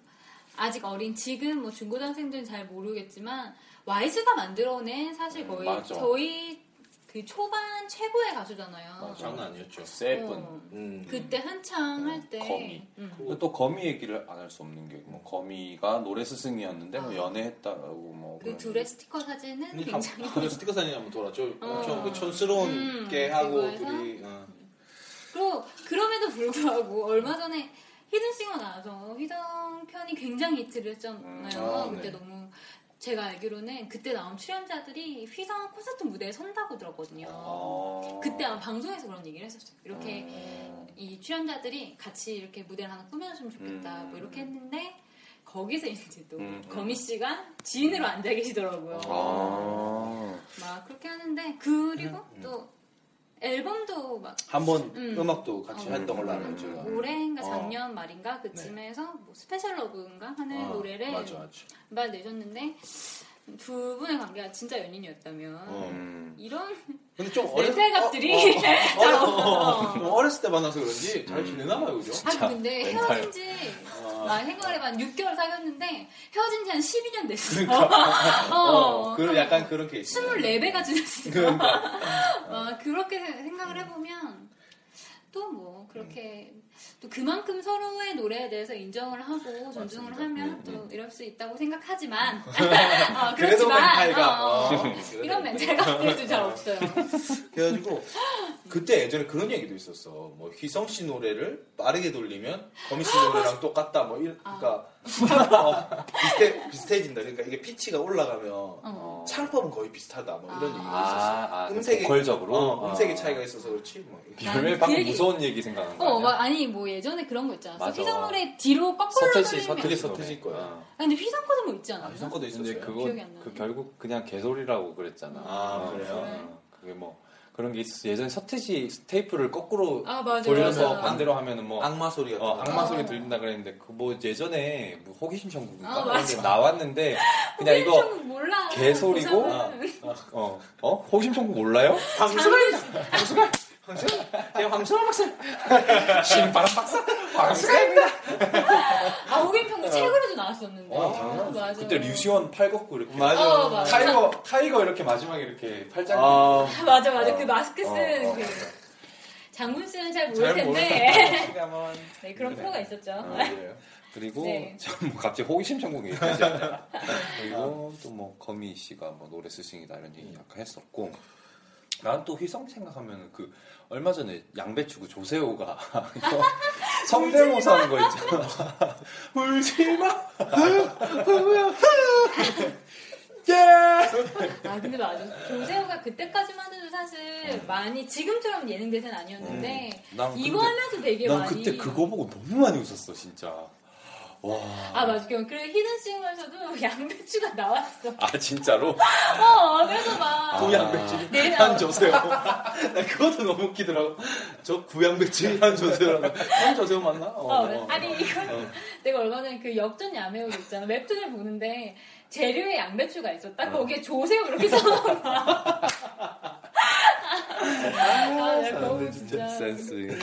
S4: 아직 어린 지금 뭐 중고등학생들은 잘 모르겠지만 와이즈가 만들어낸 사실 거의
S5: 음, 맞아.
S4: 저희 그 초반 최고의 가수잖아요.
S10: 장난 아니었죠.
S4: 어.
S5: 세븐.
S10: 음.
S4: 그때 한창 할 때.
S5: 거미.
S4: 음.
S5: 근데 또 거미 얘기를 안 할 수 없는 게 뭐 거미가 노래 스승이었는데 뭐 연애했다라고 뭐
S4: 그
S5: 그런
S4: 둘의 스티커 사진은
S6: 음.
S10: 근데
S4: 굉장히
S10: 음, 한- 한 스티커 사진 한번 돌았죠.
S4: 어.
S10: 엄청 그 촌스러운
S4: 음,
S10: 게 하고
S4: 그거에서?
S10: 둘이. 어.
S4: 그리고 그럼에도 불구하고 얼마 전에 히든싱어 나와서 휘성 편이 굉장히 히트를 했잖아요.
S10: 아, 네.
S4: 그때 너무 제가 알기로는 그때 나온 출연자들이 휘성 콘서트 무대에 선다고 들었거든요.
S5: 아. 음.
S4: 그때 아마 방송에서 그런 얘기를 했었어요. 이렇게 이 출연자들이 같이 이렇게 무대를 하나 꾸며줬으면 좋겠다.
S5: 음.
S4: 뭐 이렇게 했는데 거기서 이제 또
S5: 음.
S4: 거미 씨가 지인으로 앉아 계시더라고요.
S5: 아.
S4: 막 그렇게 하는데 그리고 또 앨범도 막
S10: 한번
S4: 음.
S10: 음. 악도 같이
S5: 어.
S10: 했던 걸로 알아요.
S5: 음.
S10: 제가.
S4: 올해인가
S10: 어.
S4: 작년 말인가 그쯤에서 뭐 스페셜 러브인가 하는
S10: 아,
S4: 노래를
S10: 맞아, 맞아.
S4: 말 내줬는데 두 분의 관계가 진짜 연인이었다면
S5: 음.
S4: 이런
S10: 근데 좀 어. 어렸...
S4: 멘탈값들이
S10: 어, 어, 어, 어. 어렸을 때 만나서 그런지 잘
S5: 음.
S10: 지내나 봐요, 그죠?
S4: 아니 근데
S5: 멘탈.
S4: 헤어진 지
S10: 아.
S4: 아, 생각을 해봐 6개월 사귀었는데 헤어진 지 한 12년
S10: 어,
S4: 됐어 어,
S10: 그 약간 그런 게 있어요.
S4: 24배가 지났으니까
S10: 그러니까.
S4: 어, 그렇게 생각을
S5: 음.
S4: 해보면 또 뭐 그렇게 또 그만큼 서로의 노래에 대해서 인정을 하고 존중을
S5: 음,
S4: 하면 또 이럴 수 있다고 생각하지만 어,
S10: 그래도
S4: 그렇지만,
S10: 멘탈가.
S4: 어,
S10: 어.
S4: 이런 멘탈감들도 잘 없어요.
S6: 그래가지고 그때 예전에 그런 얘기도 있었어. 뭐 휘성 씨 노래를 빠르게 돌리면 거미 씨 노래랑 똑같다. 뭐 이런 그러니까
S4: 아.
S6: 어, 비슷해 비슷해진다. 그러니까 이게 피치가 올라가면
S4: 어.
S5: 어,
S6: 창법은 거의 비슷하다. 뭐 이런 얘기가 있었어.
S5: 아, 아,
S6: 아. 음색이-
S5: 보컬적으로
S6: 어, 음색의
S5: 아.
S6: 차이가 있어서 그렇지. 뭐. 이렇게.
S4: 난
S5: 열매 방금
S4: 그 얘기-
S5: 무서운 얘기 생각하는 거
S4: 어,
S5: 아니야?
S4: 막 아니 뭐 예전에 그런 거 있잖아.
S5: 맞아.
S4: 휘성 노래 뒤로 거꾸로
S5: 서태지
S4: 돌리면.
S5: 서태지
S10: 서태지
S5: 노래.
S10: 거야.
S5: 아.
S4: 아니 근데 휘성 코드 뭐 있지 않아?
S10: 아, 성거도
S5: 근데
S10: 있었어요.
S5: 그거
S4: 기억이 안 나네.
S5: 그 결국 그냥 개소리라고 그랬잖아.
S10: 아,
S5: 어,
S10: 그래요?
S5: 어, 그게 뭐 그런 게 있었어. 예전에 서태지 테이프를 거꾸로
S4: 아 맞아.
S5: 돌려서
S4: 맞아.
S5: 반대로 하면은 뭐
S10: 악마 소리 같은
S5: 어,
S10: 거.
S5: 악마 소리 들린다 그랬는데 그 뭐 예전에 뭐 호기심
S4: 아,
S5: 천국인가
S4: 맞아.
S5: 그런 게 나왔는데 그냥 이거
S4: 좀 몰라. 아.
S5: 개소리고? 어, 어? 호기심 천국 몰라요?
S10: 방수가
S4: 아 오김평도 책으로도 나왔었는데. 아, 맞아.
S5: 어. 그때 류시원 팔 걷고 이렇게
S10: 맞아.
S4: 어, 맞아.
S5: 타이거 타이거 이렇게 마지막에 이렇게 팔짱
S10: 아,
S4: 맞아 맞아 그 마스크 쓴
S5: 어, 어.
S4: 그 장군 씨는 잘 모를
S10: 잘
S4: 텐데
S10: 모르겠어.
S4: 네, 그런 프로가 있었죠.
S5: 어.
S10: 그래요.
S5: 그리고
S4: 네.
S5: 참뭐 갑자기 호기심 천국이 얘기하잖아요. 그리고 또 뭐 거미 씨가 뭐 노래 스승이다 이런 얘기 약간 했었고 난 또 휘성 생각하면 그 얼마 전에 양배추 그 조세호가 이거 성대모사 한 거 있잖아. 울지마.
S4: 아 근데 맞아. 조세호가 그때까지만 해도 사실 많이 지금처럼 예능 대세는 아니었는데
S5: 음. 난
S4: 이거
S5: 근데-
S4: 하면서 되게
S5: 난
S4: 많이.
S5: 그때 그거 보고 너무 많이 웃었어 진짜.
S4: 아 맞아. 그럼 그래 히든싱어에서도 양배추가 나왔어.
S5: 아 진짜로?
S4: 어 그래서 막.
S10: 구양백질
S4: 네,
S10: 한
S4: 어.
S10: 조세호. 나 그것도 너무 웃기더라고. 저 구양백질 한 조세호라고. 한 조세호 맞나? 어,
S4: 어,
S10: 어.
S4: 아니 이거 내가 얼마 전에 그 역전 야매우 있잖아 웹툰을 보는데 재료에 양배추가 있었다 거기에 조세호 이렇게 써놓은 거야 아 내가 너무 진짜
S5: 센스.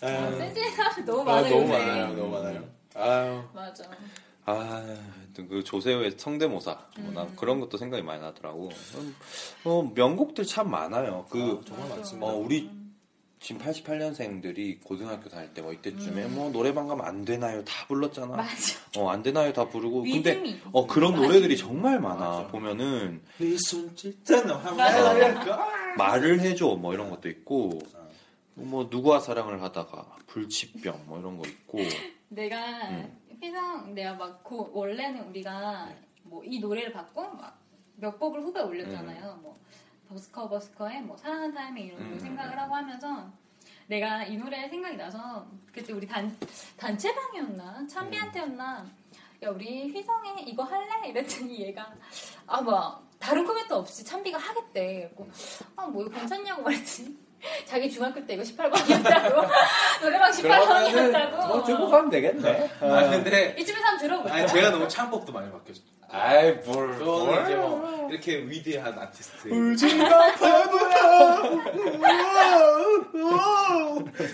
S4: 아, 센스의 사람 너무
S10: 아,
S4: 많아요
S10: 너무
S4: 요새.
S10: 많아요. 너무 많아요. 아유.
S4: 맞아
S5: 아그 조세호의 성대모사 뭐난 그런 것도 생각이 많이 나더라고. 음, 어, 명곡들 참 많아요. 그
S10: 정말 많습니다.
S5: 어, 우리 지금 88년생들이 고등학교 다닐 때 뭐 이때쯤에 뭐 노래방 가면 안 되나요 다 불렀잖아.
S4: 맞아
S5: 어, 안 되나요 다 부르고 근데
S4: 리듬이. 아,
S5: 어 그런 노래들이 정말 많아 보면은
S10: 네 손짓은
S4: 맞아.
S5: 말을 해줘 뭐 이런 것도 있고 뭐 누구와 사랑을 하다가 불치병 뭐 이런 거 있고
S4: 내가
S5: 음.
S4: 희상 내가 막 고- 원래는 우리가 뭐 이 노래를 받고 막 몇 곡을 후배 올렸잖아요. 뭐 버스커 버스커의 뭐 사랑한 타이밍 이런 걸
S5: 음.
S4: 생각을 하고 하면서 내가 이 노래 생각이 나서 그때 우리 단 단체방이었나 찬비한테였나 야 우리 휘성이 이거 할래 이랬더니 얘가 아, 아, 아뭐 다른 코멘트 없이 찬비가 하겠대. 그리고 아뭐 이거 괜찮냐고 뭐 말했더니 자기 중학교 때 이거 18번이었다고 노래방
S5: 그러면은 아, 뭐 들고
S4: 18번이었다고
S5: 가면 되겠네.
S10: 아 근데
S4: 이쯤에서 한번 들어보자
S10: 아니 제가 너무 창법도 많이 바뀌었어.
S5: 아이 뭘.
S10: 저는 이제 뭐 이렇게 위대한 아티스트.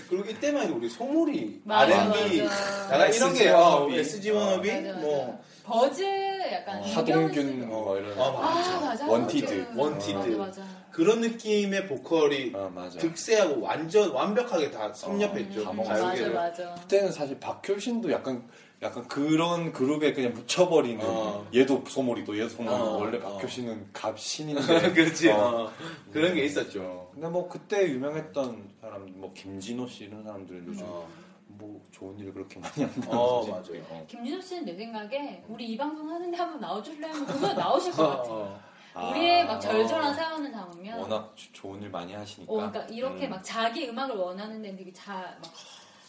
S10: 그리고 이때만 해도 우리 소몰이
S4: 맞아,
S10: R&B
S4: 맞아.
S10: 약간 이런 게 어,
S6: SG 워너비
S4: 맞아, 맞아.
S6: 뭐
S4: 버즈 약간
S5: 어, 하동균
S4: 이경수.
S5: 뭐 이런.
S6: 아, 맞아.
S4: 아 맞아
S5: 원티드.
S4: 맞아.
S6: 원티드.
S4: 맞아 맞아
S6: 그런 느낌의 보컬이
S4: 어,
S5: 아 맞아.
S6: 득세하고 완전 완벽하게 다 섭렵했죠.
S5: 다
S4: 음,
S5: 먹었어.
S4: 맞아
S6: 가요계를.
S4: 맞아
S5: 그때는 사실 박효신도 약간 약간 그런 그룹에 그냥 묻혀버리는
S10: 어.
S5: 얘도 소몰이도 얘도 소몰이
S10: 어,
S5: 원래
S10: 어.
S5: 박효신은 갑신인데
S10: 그렇지.
S5: 어.
S10: 어. 그런 게
S4: 어.
S10: 있었죠.
S5: 근데 뭐 그때 유명했던 사람 뭐 김진호 씨 이런 사람들은 요즘
S10: 어.
S5: 뭐 좋은 일 그렇게 많이 안 나오지
S10: 어, 맞아요.
S4: 김준호 씨는 내 생각에 우리 이 방송 하는데 한번 나와줄래 하면 그거 나오실 것 같아
S10: 어.
S5: 아,
S4: 우리의 막 절절한 사연을 담으면
S5: 워낙 주- 좋은 일 많이 하시니까
S4: 어, 그러니까 이렇게
S5: 음.
S4: 막 자기 음악을 원하는데 되게 자, 막,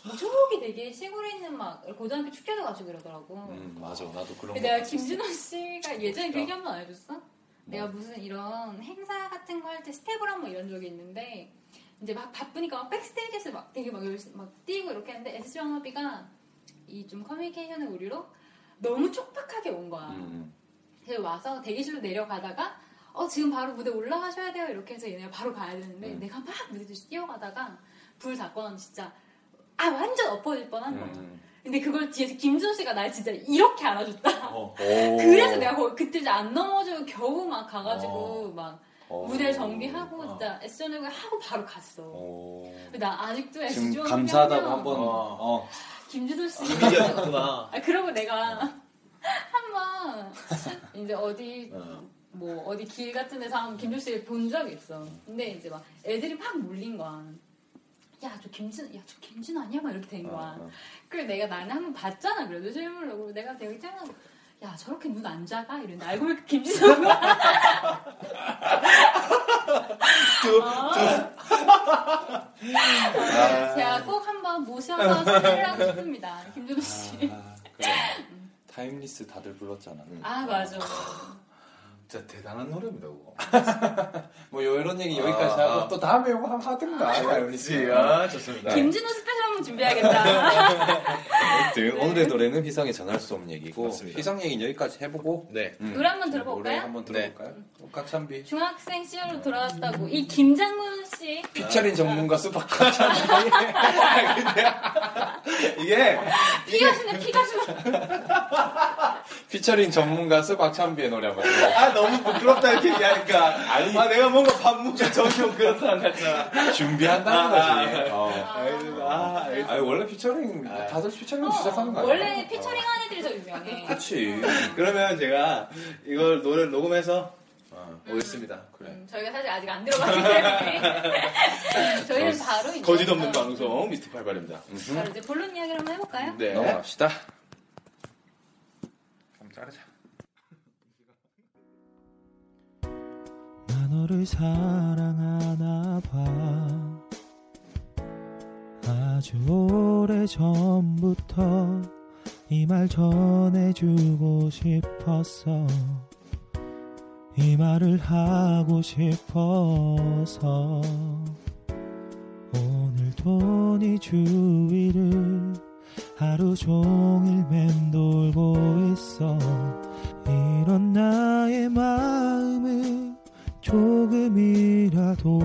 S4: 뭐 초록이 되게 시골에 있는 막 고등학교 축제도 가지고 이러더라고.
S5: 음, 맞아 나도 그런
S4: 어. 근데
S5: 거
S4: 내가
S5: 같았어.
S4: 김준호 씨가 예전에
S5: 멋있다.
S4: 그 얘기 한 번 안 해줬어?
S5: 뭐?
S4: 내가 무슨 이런 행사 같은 거 할 때 스텝을 한 번 이런 적이 있는데 이제 막 바쁘니까 막 백스테이지에서 막 되게 막 열심히 막 뛰고 이렇게 했는데 에스 정호비가 이 좀 커뮤니케이션의 우리로 너무 촉박하게 온 거야.
S5: 음.
S4: 그래서 와서 대기실로 내려가다가 어 지금 바로 무대 올라가셔야 돼요 이렇게 해서 얘네가 바로 가야 되는데
S5: 음.
S4: 내가 막 무대 뒤로 뛰어가다가 불 닫고는 진짜 아 완전 엎어질 뻔한 거야
S5: 음.
S4: 근데 그걸 뒤에서 김준 씨가 날 진짜 이렇게 안아줬다
S5: 오.
S4: 그래서 내가 거기 그때 이제 안 넘어지고 겨우 막 가가지고
S5: 어.
S4: 막
S5: 어.
S4: 무대 정비하고
S10: 어.
S4: 진짜 에스전을 하고 바로 갔어
S5: 오.
S4: 근데 나 아직도
S5: 지금
S4: 에스전
S5: 감사하다고 한번 어.
S4: 김준호 씨
S10: 미디어였구나.
S4: 아, 그러고 내가 한번 이제 어디 뭐 어디 길 같은 데서 한번 김준 씨를 본 적이 있어. 근데 이제 막 애들이 막 몰린 거야. 야, 저 김준, 야, 저 김준 아니야? 막 이렇게
S5: 어,
S4: 된 거야. 그래서 내가 나는 한번 봤잖아, 그래도 실물로. 그리고 내가 되게 짠하 야, 저렇게 눈 안 작아? 이랬는데 알고 보니까 김준호가. 아. 아, 제가 꼭 한번 모셔서 사진을 하고 싶습니다. 김준호 씨.
S5: 아, 그래. 타임리스 다들 불렀잖아.
S4: 아 맞아.
S10: 진짜 대단한 노래입니다, 그거.
S5: 뭐 이런 얘기 여기까지
S10: 아, 아.
S5: 하고 또 다음에 뭐 한번 하든가. 타임리스.
S10: 아,
S5: 네.
S10: 좋습니다.
S4: 김진호 스페셜 한번 준비해야겠다. 네.
S5: 아무튼 오늘의 노래는 희성의 전할 수 없는 얘기고
S6: 맞습니다.
S5: 희성 얘기는 여기까지 해보고
S6: 네.
S5: 음,
S4: 노래 한번
S5: 노래
S4: 들어볼까요? 음.
S5: 한번
S10: 네.
S5: 들어볼까요? 깍참비.
S4: 중학생 시절로 돌아왔다고 이 김장군 씨.
S5: 피처링 전문가 수박 깍참비.
S10: 이게
S4: 피가 시네 피가 시네
S5: 피처링 전문가 수박 참비의 노래 한번 들어볼까요?
S10: 아 너무 부끄럽다 이렇게 얘기하니까 아니 아 내가 뭔가 밥 먹자 저녁 그런 사람 같잖아
S5: 준비한다는 거지. 어.
S10: 아, 알겠어.
S5: 아니 원래 피처링 다들 피처링 시작하는 거 아니야?
S4: 어, 원래 피처링 한 애들이 더 유명해
S5: 그렇지.
S10: 그러면 제가 이걸 노래를 녹음해서 어, 오겠습니다
S5: 그래.
S4: 음, 저희가 사실 아직 안 들어봤기 때문에 저희는 바로 이제
S10: 거짓 없는
S4: 어,
S10: 방송 미스터 팔팔입니다 음,
S4: 바로 이제 본론 이야기를 한번 해볼까요?
S6: 음.
S10: 네
S5: 넘어갑시다.
S10: 한번 자르자
S9: 나 너를 사랑하나 봐 아주 오래 전부터 이 말 전해주고 싶었어 이 말을 하고 싶어서 오늘도 네 주위를 하루 종일 맴돌고 있어 이런 나의 마음을 조금이라도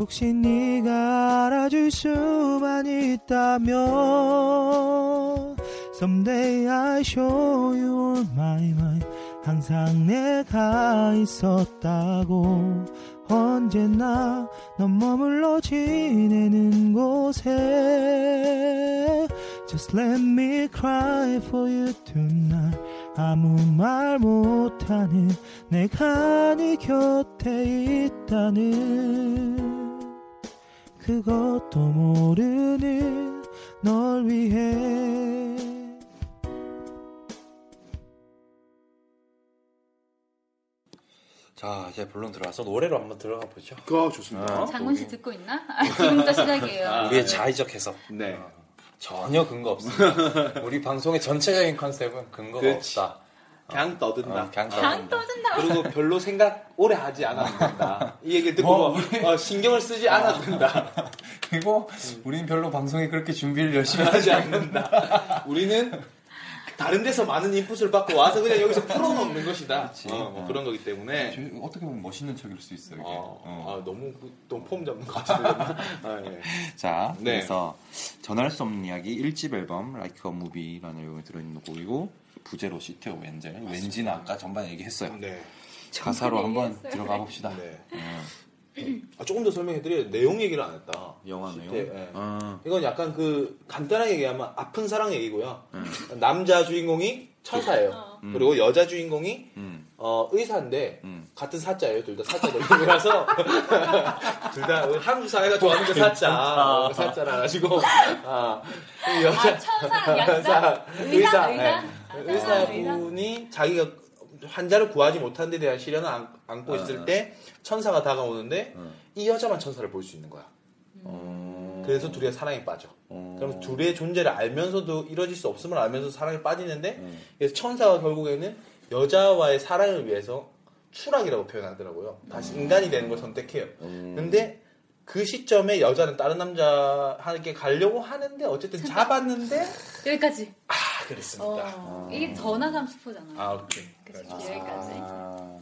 S9: 혹시 네가 알아줄 수만 있다면 Someday I show you all my mind 항상 내가 있었다고 언제나 넌 머물러 지내는 곳에 Just let me cry for you tonight 아무 말 못하는 내가 네 곁에 있다는 그것도 모르는 널 위해
S5: 자 이제 본론 들어와서 노래로 한번 들어가 보죠.
S10: 그거
S6: 어?
S10: 좋습니다
S4: 장군 씨 듣고 있나? 아, 지금부터 시작이에요
S5: 우리의 자의적 해석
S10: 네
S5: 전혀 근거 없습니다. 우리 방송의 전체적인 컨셉은 근거가
S10: 그렇지.
S5: 없다.
S10: 그냥 떠든다. 아.
S5: 어, 그냥
S4: 안 떠진다고.
S10: 그리고 별로 생각 오래 하지 않아도 된다. 이 얘기를 듣고
S8: 뭐,
S10: 어, 신경을 쓰지 않아도 된다.
S8: 그리고
S5: 음.
S8: 우린 별로 방송에 그렇게 준비를 열심히
S10: 하지 않는다. 우리는 다른 데서 많은 인풋을 받고 와서 그냥 여기서 풀어놓는 것이다. 어, 뭐 그런 거기 때문에
S8: 저- 어떻게 보면 멋있는 척일 수 있어 이게.
S10: 어,
S8: 어.
S10: 아, 너무 그- 너무 폼 잡는 것 같은데. 아, 예.
S5: 자,
S10: 네.
S5: 그래서 전할 수 없는 이야기 1집 앨범 Like a Movie라는 앨범에 들어있는 곡이고 부제로 시티 오브 엔젤 왠지는 네. 아까 전반에 얘기했어요.
S10: 네.
S5: 가사로 한번
S4: 얘기했어요.
S5: 들어가 봅시다.
S10: 네.
S5: 음,
S10: 아, 조금 더 설명해드려요. 내용 얘기를 안 했다.
S5: 영화 내용?
S10: 네, 네.
S5: 아,
S10: 이건 약간 그 간단하게 얘기하면 아픈 사랑 얘기고요.
S5: 음.
S10: 남자 주인공이 천사예요. 그리고 여자 주인공이
S5: 음,
S10: 어, 의사인데
S5: 음.
S10: 같은 사자예요. 둘 다 사자 동물이라서 둘 다 한국 사회가 좋아하는 게 사자, 어, 사자라 가지고 아, 이 여자
S4: 아, 천사랑 약사? 의사, 의사? 아,
S6: 네,
S10: 의사
S4: 의사, 의사?
S10: 의사분이 자기가 환자를 구하지 못한 데 대한 시련을 안- 안고 있을 때 천사가 다가오는데 이 여자만 천사를 볼 수 있는 거야. 그래서 둘이 사랑에 빠져.
S5: 어. 음.
S10: 그럼 둘의 존재를 알면서도 이뤄질 수 없음을 알면서 사랑에 빠지는데 그래서 천사가 결국에는 여자와의 사랑을 위해서 추락이라고 표현하더라고요. 다시 인간이 되는 걸 선택해요.
S5: 어. 음.
S10: 근데 그 시점에 여자는 다른 남자한테 가려고 하는데 어쨌든 잡았는데
S4: 여기까지.
S10: 아 그랬습니다.
S4: 어, 이게 더 나가면 스포잖아.
S10: 아 오케이.
S4: 그치,
S5: 그렇죠.
S4: 여기까지.
S5: 아.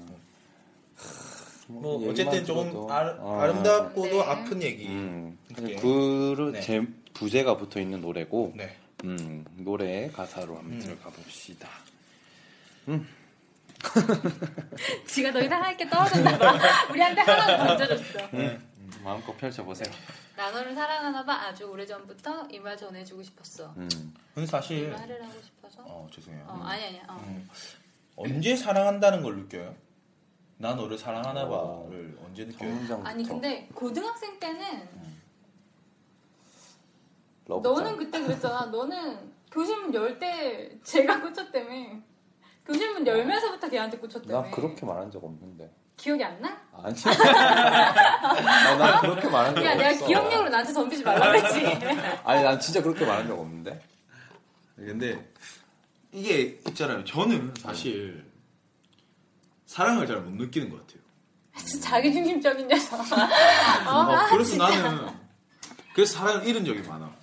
S10: 뭐
S6: 뭐
S5: 얘기만
S10: 어쨌든
S5: 뭐, 들어도-
S10: 조금 아,
S5: 아.
S10: 름답고도
S4: 네.
S10: 아픈 얘기.
S5: 음.
S10: 오케이.
S5: 그
S10: 네.
S5: 제 부제가 붙어 있는 노래고
S10: 네.
S5: 음, 노래 가사로 한번 들어가 봅시다.
S4: 지가 너희 사랑할게 떨어졌나봐. 우리한테 하나도 던져줬어.
S5: 마음껏 펼쳐 보세요.
S4: 나 너를 사랑하나봐. 아주 오래전부터 이 말 전해주고 싶었어.
S5: 음.
S6: 근데
S4: 이
S6: 사실
S4: 말을 하고 싶어서. 어,
S6: 어 죄송해요.
S4: 아니 아니야. 어.
S6: 언제 사랑한다는 걸 느껴요? 나 너를 사랑하나
S5: 어.
S6: 봐를 언제 느껴요?
S5: 문장부터.
S4: 아니 근데 고등학생 때는
S5: 러브장.
S4: 너는 그때 그랬잖아. 너는 교실문 열 때 제가 꽂혔다며. 교실문 열면서부터 걔한테 꽂혔다며.
S5: 나 그렇게 말한 적 없는데.
S4: 기억이 안 나?
S5: 아니. 아, 난 그렇게 말한 적
S4: 야
S5: 없어.
S4: 내가 기억력으로 나한테 덤비지 말라 그랬지.
S5: 아니, 난 진짜 그렇게 말한 적 없는데.
S6: 근데 이게 있잖아요. 저는 사실 사랑을 잘 못 느끼는 것 같아요.
S4: 진짜 자기중심적인 아, 녀석.
S6: 어, 그래서 나는 그래서 사랑을 잃은 적이 많아.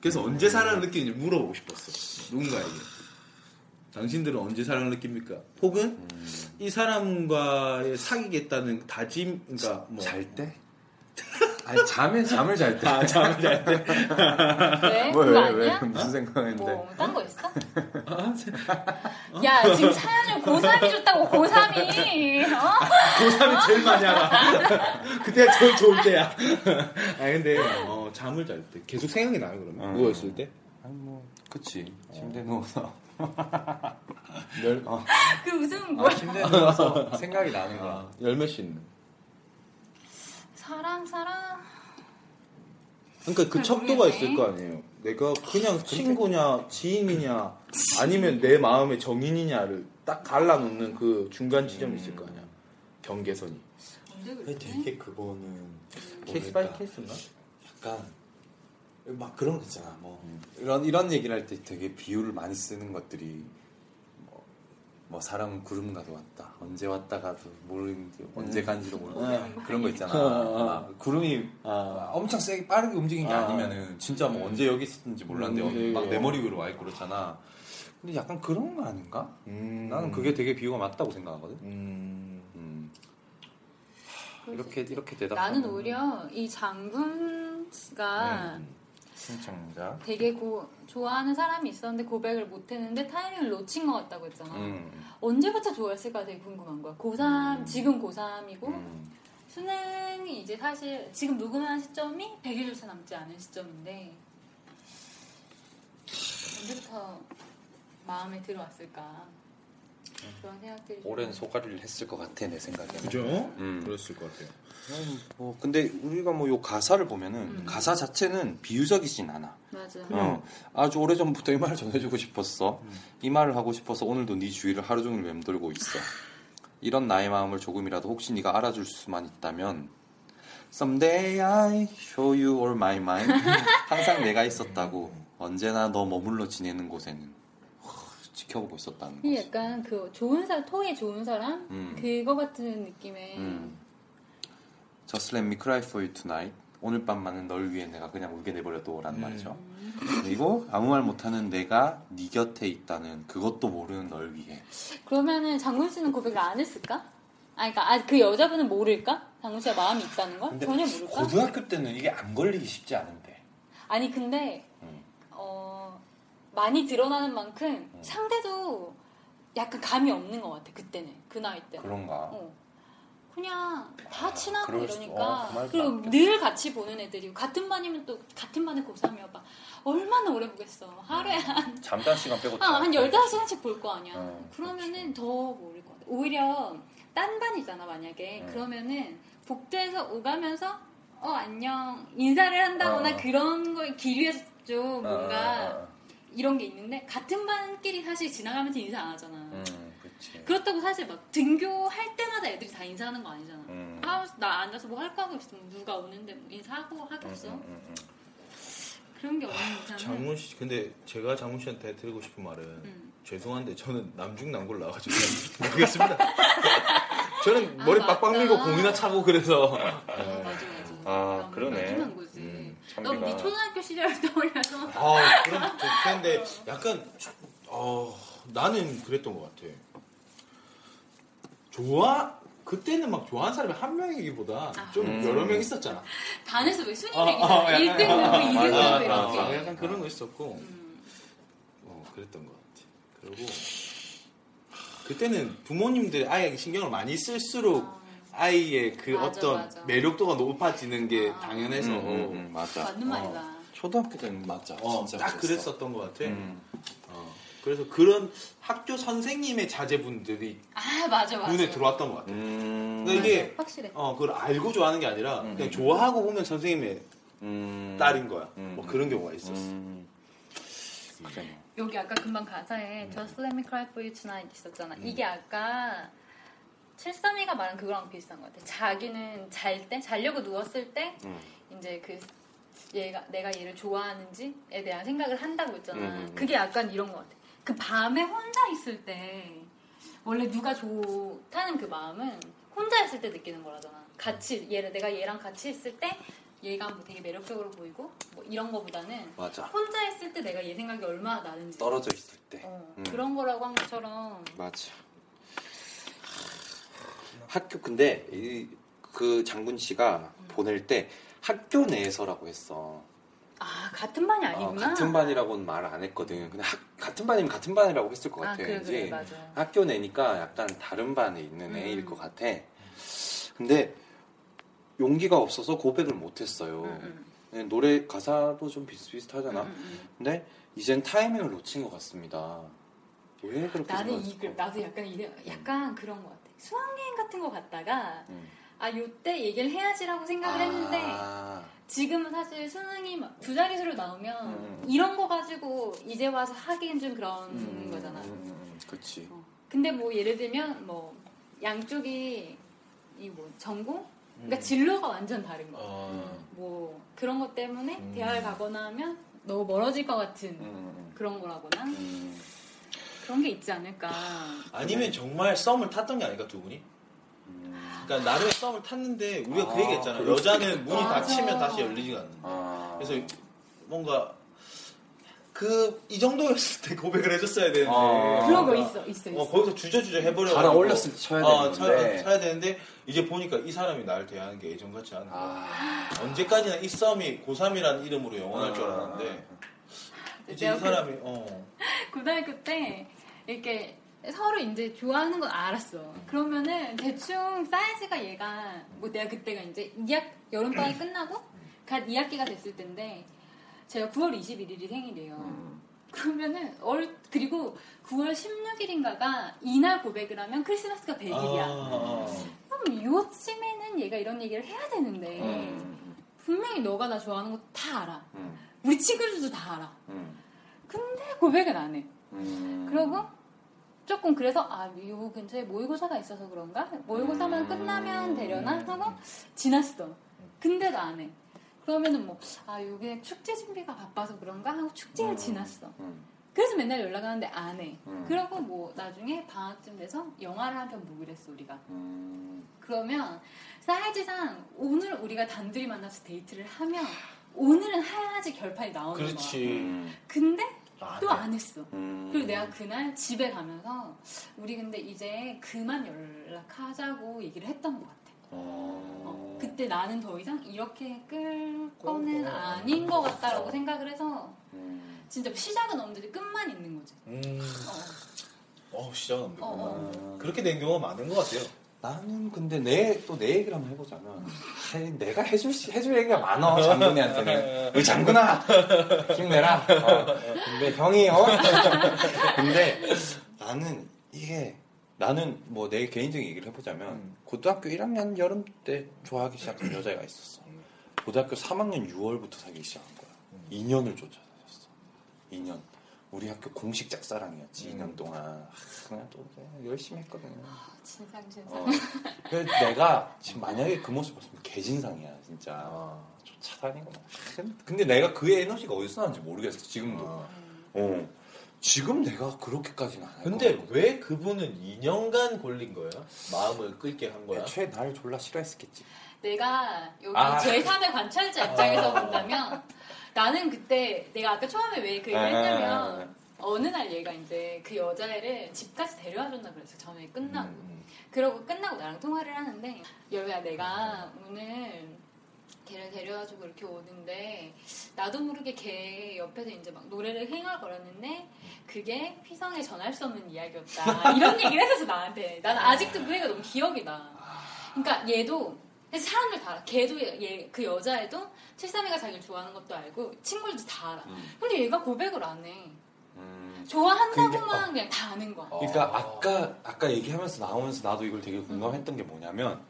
S6: 그래서 언제 사랑을 느끼는지 물어보고 싶었어. 누군가에게. 당신들은 언제 사랑을 느낍니까? 혹은 이 사람과의 사귀겠다는 다짐, 그러니까 뭐
S5: 잘 때? 아니, 잠에, 잠을 잘 때.
S4: 왜?
S5: 뭐,
S4: 아, 그거
S5: 왜, 왜, 네.
S4: 아니야?
S5: 무슨 생각했는데.
S4: 뭐, 딴 거 있어? 야, 지금 사연을 고3이 줬다고, 고3이! 어?
S6: 고3이 그 제일 많이 알아. 그때가 제일 좋을 때야. 아 근데 어, 잠을 잘 때 계속 생각이 나요 그러면
S5: 음.
S6: 누워 있을 때.
S5: 아니, 뭐, 그치. 침대 누워서.
S6: 열, 아,
S4: 그 무슨, 뭐,
S5: 침대 누워서 생각이 나는
S8: 아,
S5: 거야.
S6: 열몇 시는.
S4: 사랑, 사랑.
S6: 그러니까 그
S4: 잘
S6: 척도가
S4: 아, 모르겠네.
S6: 있을 거 아니에요. 내가
S8: 그러니까.
S6: 그냥 친구냐 지인이냐 아니면 내 마음의 정인이냐를 딱 갈라놓는 그 중간 지점이 있을 거 아니야. 경계선이.
S4: 언제
S8: 근데
S4: 그랬지?
S8: 되게 그거는
S6: 케이스
S8: 모르겠다.
S6: 바이 케이스인가?
S8: 약간 막 그런 거 있잖아. 뭐 이런 이런 얘기를 할 때 되게 비유를 많이 쓰는 것들이 뭐, 뭐 사람은 구름 가도 왔다. 언제 왔다가도 모르는데 언제 간지도
S5: 음.
S8: 모르고 그런 거 있잖아.
S6: 아,
S8: 아, 구름이
S6: 아.
S8: 엄청 세게 빠르게 움직인 게
S6: 아.
S8: 아, 니면은 진짜 뭐 언제 여기 있었는지 몰랐는데
S6: 음,
S8: 막
S6: 네.
S8: 내 머리 위로 와 있고 그렇잖아. 근데 약간 그런 거 아닌가? 나는 그게 되게 비유가 맞다고 생각하거든.
S6: 음.
S5: 음.
S4: 그럴 수
S5: 이렇게, 이렇게 대답.
S4: 나는 오히려 이 장군
S8: 음.
S4: 씨가
S5: 네. 신청자.
S4: 되게 고, 좋아하는 사람이 있었는데 고백을 못 했는데 타이밍을 놓친 것 같다고 했잖아.
S5: 음.
S4: 언제부터 좋아했을까 되게 궁금한 거야. 고3, 지금 고3이고,
S5: 음.
S4: 수능이 이제 사실 지금 녹음한 시점이 100일조차 남지 않은 시점인데 언제부터 마음에 들어왔을까 그런 생각들이 좀-
S5: 오랜 소가리를 했을 것 같아, 내 생각에는.
S6: 그죠?
S5: 음.
S6: 그랬을 것 같아요.
S5: 음, 뭐 근데 우리가 뭐 요 가사를 보면은
S4: 음.
S5: 가사 자체는 비유적이진 않아.
S4: 맞아
S5: 어, 아주 오래 전부터 이 말을 전해주고 싶었어. 이 말을 하고 싶어서 오늘도 네 주위를 하루 종일 맴돌고 있어. 이런 나의 마음을 조금이라도 혹시 네가 알아줄 수만 있다면 Someday I show you all my mind. 항상 내가 있었다고 언제나 너 머물러 지내는 곳에는.
S8: 지켜보고 있었다는
S5: 예,
S4: 이게
S8: 거지.
S4: 약간 그 좋은 사람, 통이 좋은 사람?
S8: 음.
S4: 그거 같은 느낌의.
S8: 음. Just Let Me Cry For You Tonight 오늘 밤만은 널 위해 내가 그냥 울게
S5: 음.
S8: 내버려둬라는 말이죠. 그리고 아무 말 못하는 내가 네 곁에 있다는 그것도 모르는 널 위해.
S4: 그러면은 장군 씨는 고백을 안 했을까? 아, 그러니까 아, 그 여자분은 모를까? 장군 씨가 마음이 있다는 걸? 전혀 모를까?
S5: 고등학교 때는 이게 안 걸리기 쉽지 않은데.
S4: 아니 근데
S5: 음.
S4: 어, 많이 드러나는 만큼 상대도 약간 감이 없는 것 같아 그때는 그 나이 때는.
S5: 그런가?
S4: 어. 그냥 다 친하고
S5: 아, 그럴 수-
S4: 이러니까
S5: 어, 그 말도
S4: 그리고
S5: 맞겠다.
S4: 늘 같이 보는 애들이고 같은 반이면 또 같은 반에 고3이야 봐 얼마나 오래 보겠어
S5: 음.
S4: 하루에 한
S5: 잠깐 시간 빼고
S4: 아, 한 15시간씩 볼 거 아니야.
S5: 어,
S4: 그러면은 더 모를 것 같아. 오히려 딴 반이잖아,
S5: 음.
S4: 만약에. 그러면은 복도에서 오가면서 어, 안녕. 인사를 한다거나
S5: 어.
S4: 그런 걸 기류에서 좀 뭔가
S5: 아, 아, 아.
S4: 이런 게 있는데 같은 반끼리 사실 지나가면서 인사 안 하잖아.
S5: 음, 그치.
S4: 그렇다고 사실 막 등교할 때마다 애들이 다 인사하는 거 아니잖아.
S5: 음.
S4: 아, 나 앉아서 뭐 할 거 하고 있으면 누가 오는데 뭐 인사하고 하겠어.
S5: 음, 음, 음.
S4: 그런 게 없는 이상은
S6: 장훈 씨 근데 제가 장훈 씨한테 드리고 싶은 말은
S4: 음.
S6: 죄송한데 저는 남중남골 나와가지고 모르겠습니다. 저는 머리
S4: 아,
S6: 빡빡 밀고
S4: 맞다.
S6: 공이나 차고 그래서
S4: 아, 맞아, 맞아.
S5: 아,
S4: 그럼
S5: 그러네. 음,
S4: 나중한 거지. 음,
S5: 참기가.
S4: 넌네 초등학교 시절을 떠올려서
S6: 아 그럼 좋겠는데 약간 어 나는 그랬던 것 같아. 좋아 그때는 막 좋아하는 사람이 한 명이기보다 좀
S5: 음.
S6: 여러 명 있었잖아.
S4: 반에서 왜
S6: 아,
S4: 순위를
S6: 아, 약간,
S4: 뭐 이기냐 1등
S6: 아,
S4: 그룹,
S6: 아,
S4: 2등
S6: 맞아,
S4: 그룹
S6: 맞아.
S4: 이렇게
S6: 약간 그런 거 있었고
S4: 음.
S6: 어, 그랬던 것 같아. 그리고 그때는 부모님들이 아이에게 신경을 많이 쓸수록 아이의 그
S4: 맞아,
S6: 어떤
S4: 맞아.
S6: 매력도가 높아지는 게
S4: 아.
S6: 당연해서
S5: 음, 음, 음, 맞아.
S4: 맞는 말이다
S8: 초등학교 때는 맞아.
S6: 어,
S8: 진짜
S6: 딱
S8: 그랬어.
S6: 그랬었던 것 같아.
S5: 음.
S6: 어, 그래서 그런 학교 선생님의 자제분들이 그
S4: 아 맞아 맞아
S6: 눈에 들어왔던 것 같아.
S5: 음.
S6: 근데 이게
S4: 확실해
S6: 어, 그걸 알고 좋아하는 게 아니라 그냥 좋아하고 보면 선생님의
S5: 음.
S6: 딸인 거야.
S5: 음.
S6: 뭐 그런 경우가 있었어.
S5: 음. 그래.
S8: 뭐.
S4: 여기 아까 금방
S5: 음.
S4: 가사에 Just Let Me Cry For You Tonight 있었잖아 이게 아까 732가 말한 그거랑 비슷한 것 같아 자기는 잘 때 자려고 누웠을 때
S5: 음.
S4: 이제 그 얘가 내가 얘를 좋아하는지에 대한 생각을 한다고 했잖아.
S5: 음, 음, 음.
S4: 그게 약간 이런 것 같아. 그 밤에 혼자 있을 때 원래 누가 좋다는 그 마음은 혼자 있을 때 느끼는 거라잖아. 같이 얘를 내가 얘랑 같이 있을 때 얘가 뭐 되게 매력적으로 보이고 뭐 이런 거보다는
S8: 맞아.
S4: 혼자 있을 때 내가 얘 생각이 얼마나 나는지
S8: 떨어져 있을 때.
S4: 어,
S8: 음.
S4: 그런 거라고 한 것처럼
S8: 맞아.
S5: 학교 근데 이, 그 장군 씨가 보낼 때 학교 내에서라고 했어.
S4: 아 같은 반이 아니구나.
S5: 어, 같은 반이라고는 말 안 했거든. 근데 학- 같은 반이면 같은 반이라고 했을 것
S4: 아
S5: 같아.
S4: 그래
S5: 왠지.
S4: 그래 맞아.
S5: 학교 내니까 약간 다른 반에 있는
S4: 음.
S5: 애일 것 같아. 근데 용기가 없어서 고백을 못했어요.
S4: 응, 응.
S5: 네, 노래 가사도 좀 비슷비슷하잖아.
S4: 응, 응, 응.
S5: 근데 이젠 타이밍을 놓친 것 같습니다. 왜 그렇게
S4: 나는
S5: 생각했을까?
S4: 이글 나도 약간 이 약간 그런 것 같아. 수학여행 같은 거 갔다가
S5: 음.
S4: 아 요때 얘기를 해야지라고 생각을 했는데
S5: 아,
S4: 지금은 사실 수능이 막두 자릿수로 나오면
S5: 음.
S4: 이런 거 가지고 이제 와서 하기엔 좀 그런
S5: 음,
S4: 거잖아.
S5: 음, 음, 그치.
S4: 어. 근데 뭐 예를 들면 뭐 양쪽이 이 뭐 전공
S5: 음.
S4: 그러니까 진로가 완전 다른 거.
S6: 어,
S4: 뭐 그런 것 때문에 대화를 가거나 하면 너무 멀어질 것 같은
S5: 음,
S4: 그런 거라거나
S5: 음.
S4: 그런 게 있지 않을까.
S6: 아니면 정말 썸을 탔던 게 아닐까 두 분이? 그러니까 나름의 썸을 탔는데 우리가
S5: 음. 아,
S6: 그 얘기 했잖아.
S5: 그럴 수도
S6: 여자는 문이
S4: 맞아.
S6: 닫히면 다시 열리지가 않는다.
S5: 아.
S6: 그래서 뭔가 그 이 정도였을 때 고백을 해줬어야 되는데
S5: 아.
S4: 그런 거 있어 있어 있어.
S6: 어, 거기서 주저주저 해버려.
S5: 달아 올렸을 때 쳐야 되는데. 네.
S6: 쳐야, 쳐야 되는데 이제 보니까 이 사람이 나를 대하는 게 예전 같지 않아.
S5: 아,
S6: 언제까지나 이 썸이 고3이라는 이름으로 영원할 줄 알았는데 이제
S4: 내가
S6: 이 사람이 어
S4: 고등학교 때 이렇게 서로 이제 좋아하는 건 알았어. 그러면은 대충 사이즈가 얘가 뭐 내가 그때가 이제 2학 여름방학 끝나고 갓 2학기가 됐을 텐데 제가 9월 21일이 생일이에요. 그러면은 얼 그리고 9월 16일인가가 이날 고백을 하면 크리스마스가
S6: 아,
S4: 100일이야. 그럼 요쯤에는 얘가 이런 얘기를 해야 되는데
S5: 음,
S4: 분명히 너가 나 좋아하는 거 다 알아.
S5: 음,
S4: 우리 친구들도 다 알아.
S5: 음,
S4: 근데 고백은 안 해.
S5: 음.
S4: 그러고 조금 그래서 아 미국 근처에 모의고사가 있어서 그런가
S5: 음.
S4: 모의고사만 끝나면 되려나 하고 지났어 근데도 안해 그러면은 뭐 아 요게 축제 준비가 바빠서 그런가 하고 축제를 지났어
S5: 음.
S4: 그래서 맨날 연락하는데 안 해. 그러고 뭐 나중에 방학쯤 돼서 영화를 한 편 보기로 했어 우리가.
S5: 음,
S4: 그러면 사회지상 오늘 우리가 단둘이 만나서 데이트를 하면 오늘은 하야지 결판이 나오는 거야.
S11: 그렇지.
S5: 음,
S4: 근데
S11: 아,
S4: 또 안 했어.
S12: 음.
S4: 그리고 내가 그날 집에 가면서 우리 근데 이제 그만 연락하자고 얘기를 했던 것 같아. 어, 그때 나는 더 이상 이렇게 끌 거는 아닌 것 같다라고 생각을 해서 진짜 시작은 없는데 끝만 있는 거지.
S6: 음,
S4: 어,
S6: 어, 시작은 안
S4: 어,
S6: 되고.
S4: 어.
S5: 음.
S6: 그렇게 된 경우가 많은 것 같아요.
S5: 나는 근데 내 또 내 얘기를 한번 해보자면 아이, 내가 해줄 시- 해줄 얘기가 많아 장군이한테는 어, 장군아 힘내라 어, 근데 형이 어 근데 나는 이게 나는 뭐 내 개인적인 얘기를 해보자면 고등학교 1학년 여름 때 좋아하기 시작한 여자애가 있었어 고등학교 3학년 6월부터 사귀기 시작한 거야 2년을 쫓아다녔어 2년 우리 학교 공식 짝사랑이었지 2년 동안 아, 그냥 또 그냥 열심히 했거든요
S4: 진상 진상.
S5: 어. 그래서 내가 지금 만약에 그 모습 봤으면 개진상이야 진짜 아. 쫓아다니고 막. 근데 내가 그 에너지가 어디서 나는지 모르겠어 지금도 어. 지금 내가 그렇게까지는 안할
S6: 근데 왜 그분은 2년간 걸린 거예요? 마음을 끌게 한 거야?
S5: 애초에 날 졸라 싫어했었겠지
S4: 내가 여기
S5: 아.
S4: 제3의 관찰자 입장에서 본다면 나는 그때 내가 아까 처음에 왜 그 얘기를
S5: 아.
S4: 했냐면 어느 날 얘가 이제 그 여자애를 집까지 데려와 줬나 그랬어 전에 끝나고
S5: 음.
S4: 그러고 끝나고 나랑 통화를 하는데 여우야 내가
S6: 음.
S4: 오늘 걔를 데려와주고 이렇게 오는데 나도 모르게 걔 옆에서 이제 막 노래를 흥얼거렸는데 그게 휘성에 전할 수 없는 이야기였다 이런 얘기를 했었어 나한테 난 아직도 그 얘기가 너무 기억이 나 그러니까 얘도 사람들 다 알아. 걔도 얘, 그 여자애도 732가 자기를 좋아하는 것도 알고 친구들도 다 알아.
S6: 음.
S4: 근데 얘가 고백을 안 해.
S6: 그러니까.
S4: 좋아한다고만 그냥 다 아는
S6: 어.
S4: 거야.
S5: 그러니까 음. 아까 아까 얘기하면서 나오면서 나도 이걸 되게 공감했던 게 뭐냐면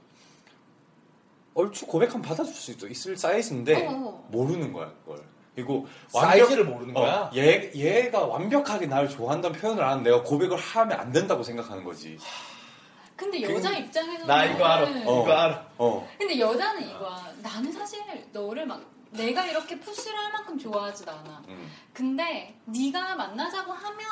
S5: 얼추 고백하면 받아줄 수도 있을 사이즈인데
S4: 어, 어.
S5: 모르는 거야 그걸 그리고
S6: 사이즈를 모르는
S5: 어,
S6: 거야?
S5: 얘, 얘가 완벽하게 나를 좋아한다는 표현을 안 하면 내가 고백을 하면 안 된다고 생각하는 거지.
S4: 근데 여자 입장에서는
S6: 그 나 이거 알아.
S5: 어.
S6: 이거 알아.
S5: 어.
S4: 근데 여자는 이거야. 나는 사실 너를 막 내가 이렇게 푸시를 할 만큼 좋아하진 않아.
S5: 음,
S4: 근데 네가 만나자고 하면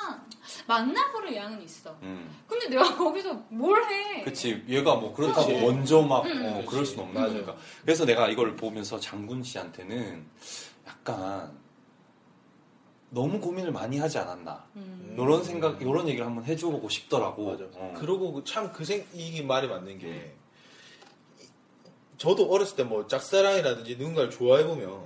S4: 만나보를 양은 있어.
S5: 음.
S4: 근데 내가 거기서 뭘 해?
S5: 그치. 얘가 뭐 그렇다고
S6: 그치.
S5: 먼저 막,
S4: 음.
S5: 어, 그럴 순 없는
S6: 맞아요.
S5: 거니까. 그래서 내가 이걸 보면서 장군 씨한테는 약간 너무 고민을 많이 하지 않았나.
S4: 음.
S5: 이런 생각, 이런 얘기를 한번 해주고 싶더라고.
S6: 맞아.
S5: 어.
S6: 그러고 참 그 생, 이게 말이 맞는 게, 이- 저도 어렸을 때 뭐 짝사랑이라든지 누군가를 좋아해보면,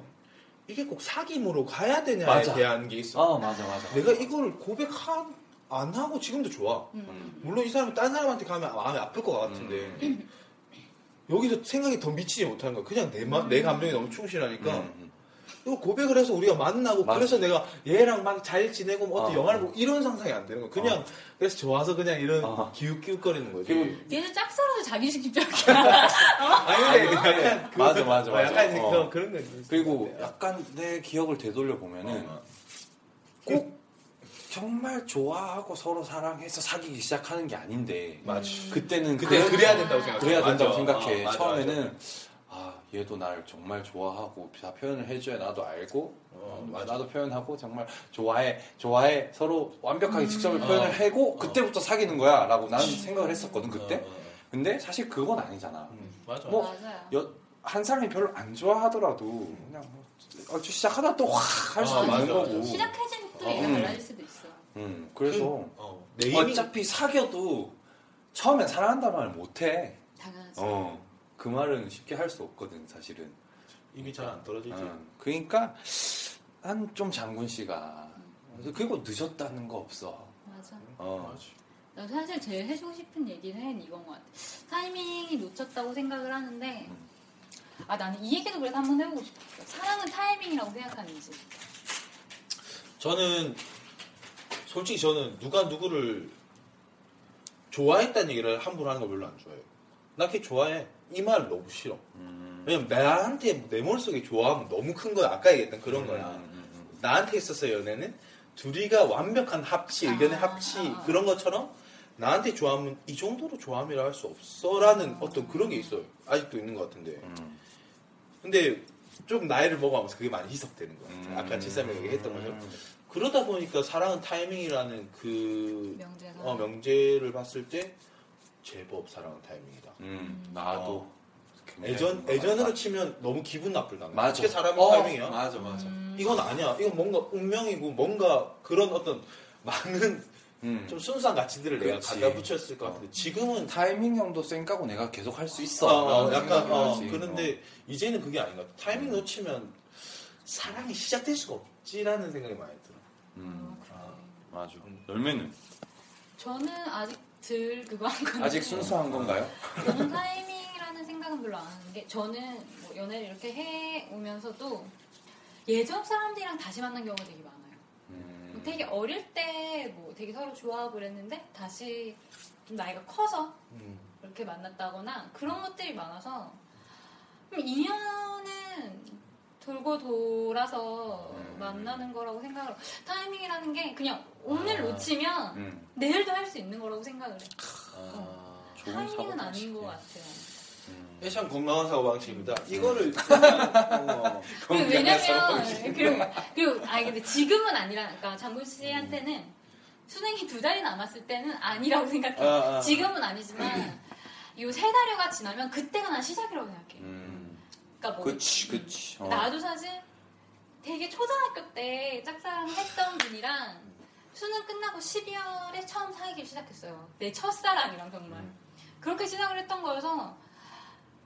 S6: 이게 꼭 사귐으로 가야 되냐에
S5: 맞아.
S6: 대한 게 있어.
S5: 아, 맞아, 맞아.
S6: 내가 이거를 고백한, 안 하고 지금도 좋아.
S4: 음.
S6: 물론 이 사람이 딴 사람한테 가면 마음이 아플 것 같은데,
S5: 음.
S6: 여기서 생각이 더 미치지 못하는 거야. 그냥 내, 마, 내 감정이 너무 충실하니까,
S5: 음,
S6: 이거 고백을 해서 우리가 만나고
S5: 맞아.
S6: 그래서 내가 얘랑 막 잘 지내고 뭐 어떤
S5: 어.
S6: 영화를 보고 이런 상상이 안 되는 거야. 그냥
S5: 아.
S6: 그래서 좋아서 그냥 이런
S5: 어.
S6: 기웃기웃거리는 거지.
S5: 그리고-
S4: 얘는 짝사랑도 자기식적이야.
S6: 아니 근데
S5: 아니, 근데
S6: 약간 그-
S5: 맞아, 맞아,
S6: 어, 약간
S5: 맞아.
S6: 그런
S5: 어.
S6: 그런 거 있는 것
S5: 그리고
S6: 같아요.
S5: 약간 내 기억을 되돌려
S6: 어,
S5: 보면은 꼭 정말 좋아하고 서로 사랑해서 사귀기 시작하는 게 아닌데
S6: 맞아.
S5: 그때는
S6: 그때
S5: 그런-
S6: 그래야 된다고 생각해.
S5: 그래야 된다고
S6: 맞아.
S5: 생각해.
S6: 어, 맞아,
S5: 처음에는 아 얘도 날 정말 좋아하고 다 표현을 해줘야 나도 알고 어, 나도 표현하고 정말 좋아해 좋아해 서로 완벽하게 직접을
S6: 음. 어,
S5: 표현을 하고 그때부터 사귀는 거야라고 나는 생각을 했었거든 그때.
S6: 어.
S5: 근데 사실 그건 아니잖아.
S6: 맞아.
S5: 뭐
S4: 맞아요.
S5: 여- 한 사람이 별로 안 좋아하더라도 그냥 뭐 아주 시작하다 또 확 할 수도
S6: 아, 맞아,
S5: 있는
S6: 맞아.
S5: 거고.
S4: 시작해진 또
S6: 어.
S4: 얘가
S5: 음.
S4: 달라질 수도 있어.
S5: 음, 그래서
S6: 어, 내 이미
S5: 어차피 사귀어도 처음엔 사랑한다는 말을 못해.
S4: 당연하지.
S5: 어, 그 말은 쉽게 할 수 없거든 사실은.
S6: 이미 잘 안 떨어지지.
S5: 음, 그러니까 한 좀 장군 씨가 그리고 늦었다는 거 없어.
S4: 맞아.
S5: 어,
S4: 나 사실 제일 해주고 싶은 얘기는 이건 것 같아. 타이밍이 놓쳤다고 생각을 하는데, 아, 나는 이 얘기도 그래서 한번 해보고 싶었어. 사랑은 타이밍이라고 생각하는지.
S6: 저는 솔직히 저는 누가 누구를 좋아했다는 얘기를 함부로 하는 거 별로 안 좋아해요. 나 걔 좋아해. 이 말 너무 싫어. 왜냐면 나한테 내 머릿속에 좋아하면 너무 큰 거야. 아까 얘기했던 그런 거야. 나한테 있어서 연애는 둘이가 완벽한 합치, 의견의
S4: 아,
S6: 합치
S4: 아, 아.
S6: 그런 것처럼 나한테 좋아하면 이 정도로 좋아함이라 할 수 없어라는 어떤 그런 게 있어요. 아직도 있는 것 같은데. 근데 좀 나이를 먹어가면서 그게 많이 희석되는 것 같아요. 아까 7 3이 얘기했던 것처럼. 그러다 보니까 사랑은 타이밍이라는 그
S4: 명제가.
S6: 어, 명제를 봤을 때 제법 사랑은 타이밍이다.
S5: 음, 나도
S6: 어. 애전 애전으로 치면 너무 기분 나쁠 다
S5: 네. 맞아.
S6: 어떻게 사람은
S5: 어, 음.
S6: 타이밍이야?
S5: 맞아, 맞아.
S4: 음.
S6: 이건 아니야. 이건 뭔가 운명이고 뭔가 그런 어떤 많은
S5: 음.
S6: 좀 순수한 가치들을 내가
S5: 그렇지. 어.
S6: 갖다 붙였을 것 같은데 지금은
S5: 타이밍 정도 쌩 까고 내가 계속 할 수 있어.
S6: 어, 어,
S5: 라는
S6: 약간
S5: 생각을
S6: 어,
S5: 하지. 음.
S6: 그런데 이제는 그게 아닌 것 같아. 타이밍 놓치면 사랑이 시작될 수가 없지라는 생각이 많이 들어.
S5: 음, 맞아. 열매는
S4: 뭐 저는 아직 덜 그거 한 건데. 음.
S5: 아직 순수한 건가요?
S4: 저는 타이밍이라는 생각은 별로 안 하는 게 저는 뭐 연애를 이렇게 해 오면서도 예전 사람들이랑 다시 만난 경우가 되게 많아요.
S5: 음.
S4: 뭐 되게 어릴 때 뭐 되게 서로 좋아하고 그랬는데 다시 좀 나이가 커서
S5: 음.
S4: 이렇게 만났다거나 그런 것들이 많아서 그럼 인연은 돌고 돌아서
S5: 음.
S4: 만나는 거라고 생각을 해요. 타이밍이라는 게 그냥
S5: 아.
S4: 오늘 놓치면
S5: 음.
S4: 내일도 할 수 있는 거라고 생각을 해요.
S5: 좋은
S4: 타이밍은
S5: 사고방식.
S4: 아닌 것 같아요.
S6: 음. 참 건강한 사고방식입니다.
S5: 음.
S6: 이거를
S4: 그 왜냐면 그리고, 그리고 아 근데 지금은 아니라니까 그러니까 장군 씨한테는
S5: 음.
S4: 수능이 두 달이 남았을 때는 아니라고 생각해.
S6: 아, 아.
S4: 요 지금은 아니지만 요 세 달여가 지나면 그때가 난 시작이라고 생각해.
S5: 음.
S4: 그러니까 뭐
S5: 그치, 그치. 어.
S4: 나도 사실 되게 초등학교 때 짝사랑했던 분이랑 수능 끝나고 12월에 처음 사귀기 시작했어요. 내 첫사랑이랑 정말
S5: 음.
S4: 그렇게 시작을 했던 거여서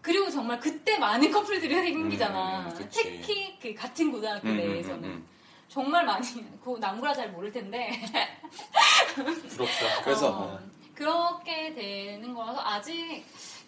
S4: 그리고 정말 그때 많은 커플들이 생기잖아.
S5: 음, 그치.
S4: 특히 그 같은 고등학교
S5: 음, 음,
S4: 내에서는
S5: 음, 음.
S4: 정말 많이 그 남구라 잘 모를 텐데
S5: 부럽다. 음. 그래서
S4: 어, 그렇게 되는 거라서 아직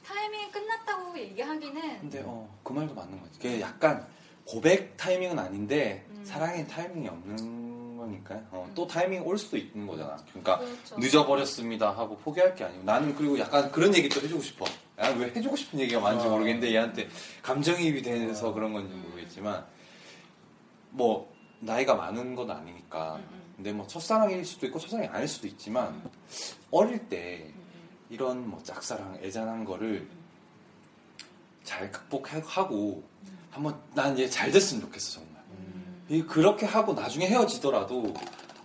S4: 타이밍이 끝났다고 얘기하기는
S5: 근데 어, 그 말도 맞는 거지. 그게 약간 고백 타이밍은 아닌데
S4: 음.
S5: 사랑의 타이밍이 없는 거니까 어, 또 타이밍 올 수도 있는 거잖아. 그러니까
S4: 그렇죠.
S5: 늦어버렸습니다 하고 포기할 게 아니고 나는 그리고 약간 그런 얘기 또 해주고 싶어. 야, 왜 해주고 싶은 얘기가 많은지 모르겠는데 얘한테 감정이입이 돼서 그런 건지 모르겠지만 뭐 나이가 많은 건 아니니까
S4: 음,
S5: 근데 뭐 첫사랑일 수도 있고 첫사랑이 아닐 수도 있지만 어릴 때
S4: 음,
S5: 이런 뭐 짝사랑 애잔한 거를 잘 극복하고 한번 난 얘 잘 됐으면 좋겠어 정말 이 그렇게 하고 나중에 헤어지더라도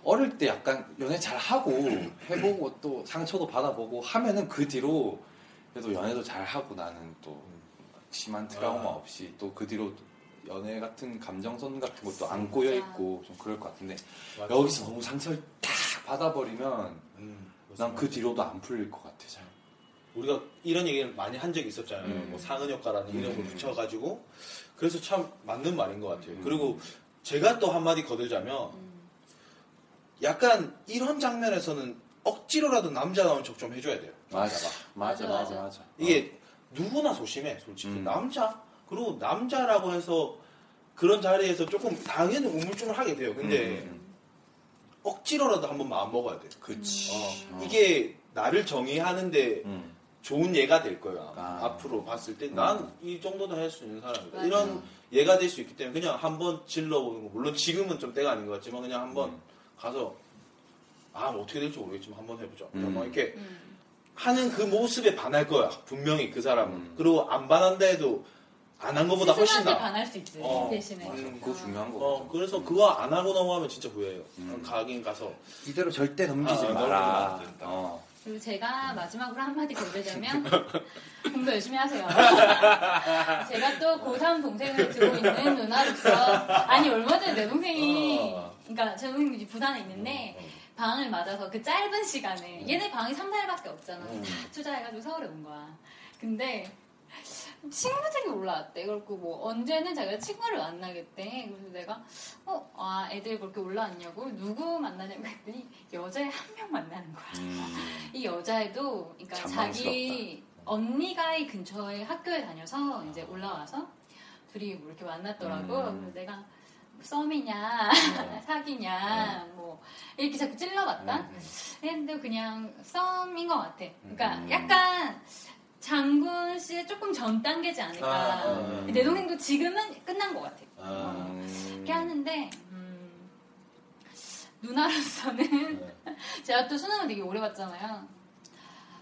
S5: 어릴 때 약간 연애 잘 하고 해보고 또 상처도 받아보고 하면은 그 뒤로 그래도 연애도 잘 하고 나는 또 심한 트라우마
S6: 아.
S5: 없이 또 그 뒤로 연애 같은 감정선 같은 것도 안 꼬여 있고 좀 그럴 것 같은데 여기서 너무 상처를 딱 받아버리면 난 그 뒤로도 안 풀릴 것 같아 잘.
S6: 음, 우리가 이런 얘기를 많이 한 적이 있었잖아요.
S5: 음.
S6: 뭐 상은효과라는 이름을
S5: 음.
S6: 붙여가지고 그래서 참 맞는 말인 것 같아요. 그리고 제가 또 한마디 거들자면
S5: 음.
S6: 약간 이런 장면에서는 억지로라도 남자다운 척 좀 해줘야 돼요.
S5: 맞아, 맞아,
S4: 맞아,
S5: 맞아,
S4: 맞아.
S5: 맞아. 어.
S6: 이게 누구나 소심해 솔직히
S5: 음.
S6: 남자 그리고 남자라고 해서 그런 자리에서 조금 당연히 우물쭈물 하게 돼요. 근데
S5: 음, 음.
S6: 억지로라도 한번 마음 먹어야 돼요.
S5: 그치.
S6: 어,
S5: 어.
S6: 이게 나를 정의하는데
S5: 음.
S6: 좋은 예가 될 거야.
S5: 아.
S6: 앞으로 봤을 때
S5: 음.
S6: 난 이 정도는 할 수 있는 사람이다.
S4: 맞아.
S6: 이런 예가 될 수 있기 때문에 그냥 한번 질러보는 거. 물론 지금은 좀 때가 아닌 것 같지만 그냥 한번
S5: 음.
S6: 가서 아, 뭐 어떻게 될지 모르겠지만 한번 해보자.
S5: 음.
S6: 뭐 이렇게
S4: 음.
S6: 하는 그 모습에 반할 거야. 분명히 그 사람은.
S5: 음.
S6: 그리고 안 반한다 해도 안 한 것보다 훨씬
S4: 스스로한테
S6: 나.
S4: 반할 수 있지
S6: 어,
S4: 대신에
S5: 맞아.
S6: 음.
S5: 그거 중요한 거.
S6: 어,
S5: 어,
S6: 그래서 그거 안 하고 넘어가면 진짜 후회해요.
S5: 음.
S6: 가긴 가서.
S5: 그 이대로 절대 넘기지
S6: 아,
S5: 마라.
S6: 넘기면 안 된다.
S5: 어.
S4: 그리고 제가 마지막으로 한마디 건드리자면 공부 열심히 하세요. 제가 또 고3 동생을 두고 있는 누나로서 아니 얼마 전에 내 동생이 그러니까 제 동생이 이제 부산에 있는데 방을 맞아서 그 짧은 시간에 얘네 방이 3달밖에 없잖아. 다 투자해가지고 서울에 온 거야. 근데 친구들이 올라왔대. 그렇고 뭐 언제는 자기가 친구를 만나겠대. 그래서 내가 어, 아 애들 그렇게 올라왔냐고 누구 만나냐고 했더니 여자 한 명 만나는 거야.
S5: 음.
S4: 이 여자애도 그러니까 자기 언니가이 근처에 학교에 다녀서 이제 올라와서 둘이 뭐 이렇게 만났더라고.
S5: 아. 음. 네.
S4: 그래서 내가 뭐 썸이냐 사귀냐 뭐 이렇게 자꾸 찔러봤다. 했는데 그냥 썸인 것 같아. 그러니까
S5: 네. 음.
S4: 약간 장군 씨의 조금 전 단계지 않을까.
S6: 아,
S5: 음.
S4: 내 동생도 지금은 끝난 것 같아.
S6: 아.
S4: 이렇게 하는데 음, 누나로서는
S6: 네.
S4: 제가 또 수능을 되게 오래 봤잖아요.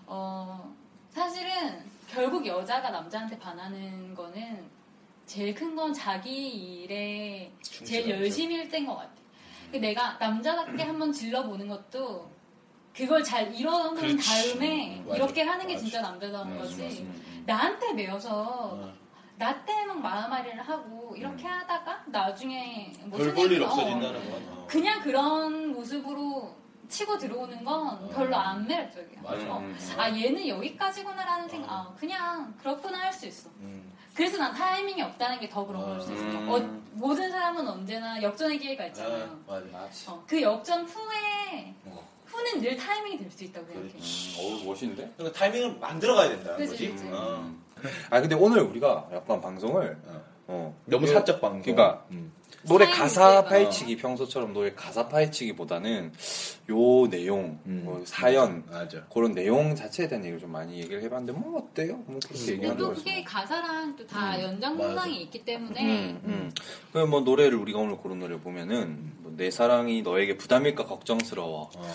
S4: 어, 사실은 결국 여자가 남자한테 반하는
S6: 음.
S4: 거는 제일 큰 건 자기 일에 제일 열심히 일 때인 것 같아. 그 내가 남자답게 한번 질러보는 것도 그걸 잘 이뤄놓은
S6: 그렇지.
S4: 다음에
S6: 맞아.
S4: 이렇게 하는 게
S6: 맞아.
S4: 진짜 남자다운
S5: 음,
S4: 거지.
S5: 맞아, 맞아. 음.
S4: 나한테 매여서
S6: 음.
S4: 나한테 막 마음앓이를 하고 이렇게 하다가 나중에 뭐
S6: 별 볼 일 없어진다는 건 어.
S4: 그냥 그런 모습으로 치고 들어오는 건 별로 안 매력적이야.
S6: 맞아.
S4: 어,
S5: 음.
S4: 아 얘는 여기까지구나라는 생각. 아 그냥 그렇구나 할 수 있어. 그래서 난 타이밍이 없다는 게 더 그런 걸 수 있어.
S5: 음.
S4: 어, 모든 사람은 언제나 역전의 기회가 있잖아요.
S6: 아, 맞아.
S4: 어, 그 역전 후에 후는 늘 네, 타이밍이 될 수 있다고 생각해.
S5: 뭐, 음, 어우 멋있는데?
S6: 그러니까 타이밍을 만들어 가야 된다는 거지.
S4: 그치, 그치.
S6: 어.
S5: 아 근데 오늘 우리가 약간 방송을 어,
S6: 그
S10: 너무 사적 방송. 음,
S5: 그러니까 노래
S4: 사연
S5: 가사
S4: 문제가.
S5: 파헤치기 평소처럼 노래 가사 파헤치기보다는 요 내용
S10: 음.
S5: 뭐 사연
S6: 맞아.
S5: 그런 내용 자체에 대한 얘기를 좀 많이 얘기를 해봤는데 뭐 어때요? 뭐 그렇게
S4: 근데
S5: 얘기하는
S4: 또
S5: 거지.
S4: 그게 가사랑 또 다
S6: 음. 맞아. 음.
S4: 연장선상이 있기 때문에
S5: 그뭐 노래를 우리가 오늘 고른 노래를 보면은 뭐내 사랑이 너에게 부담일까 걱정스러워.
S6: 어.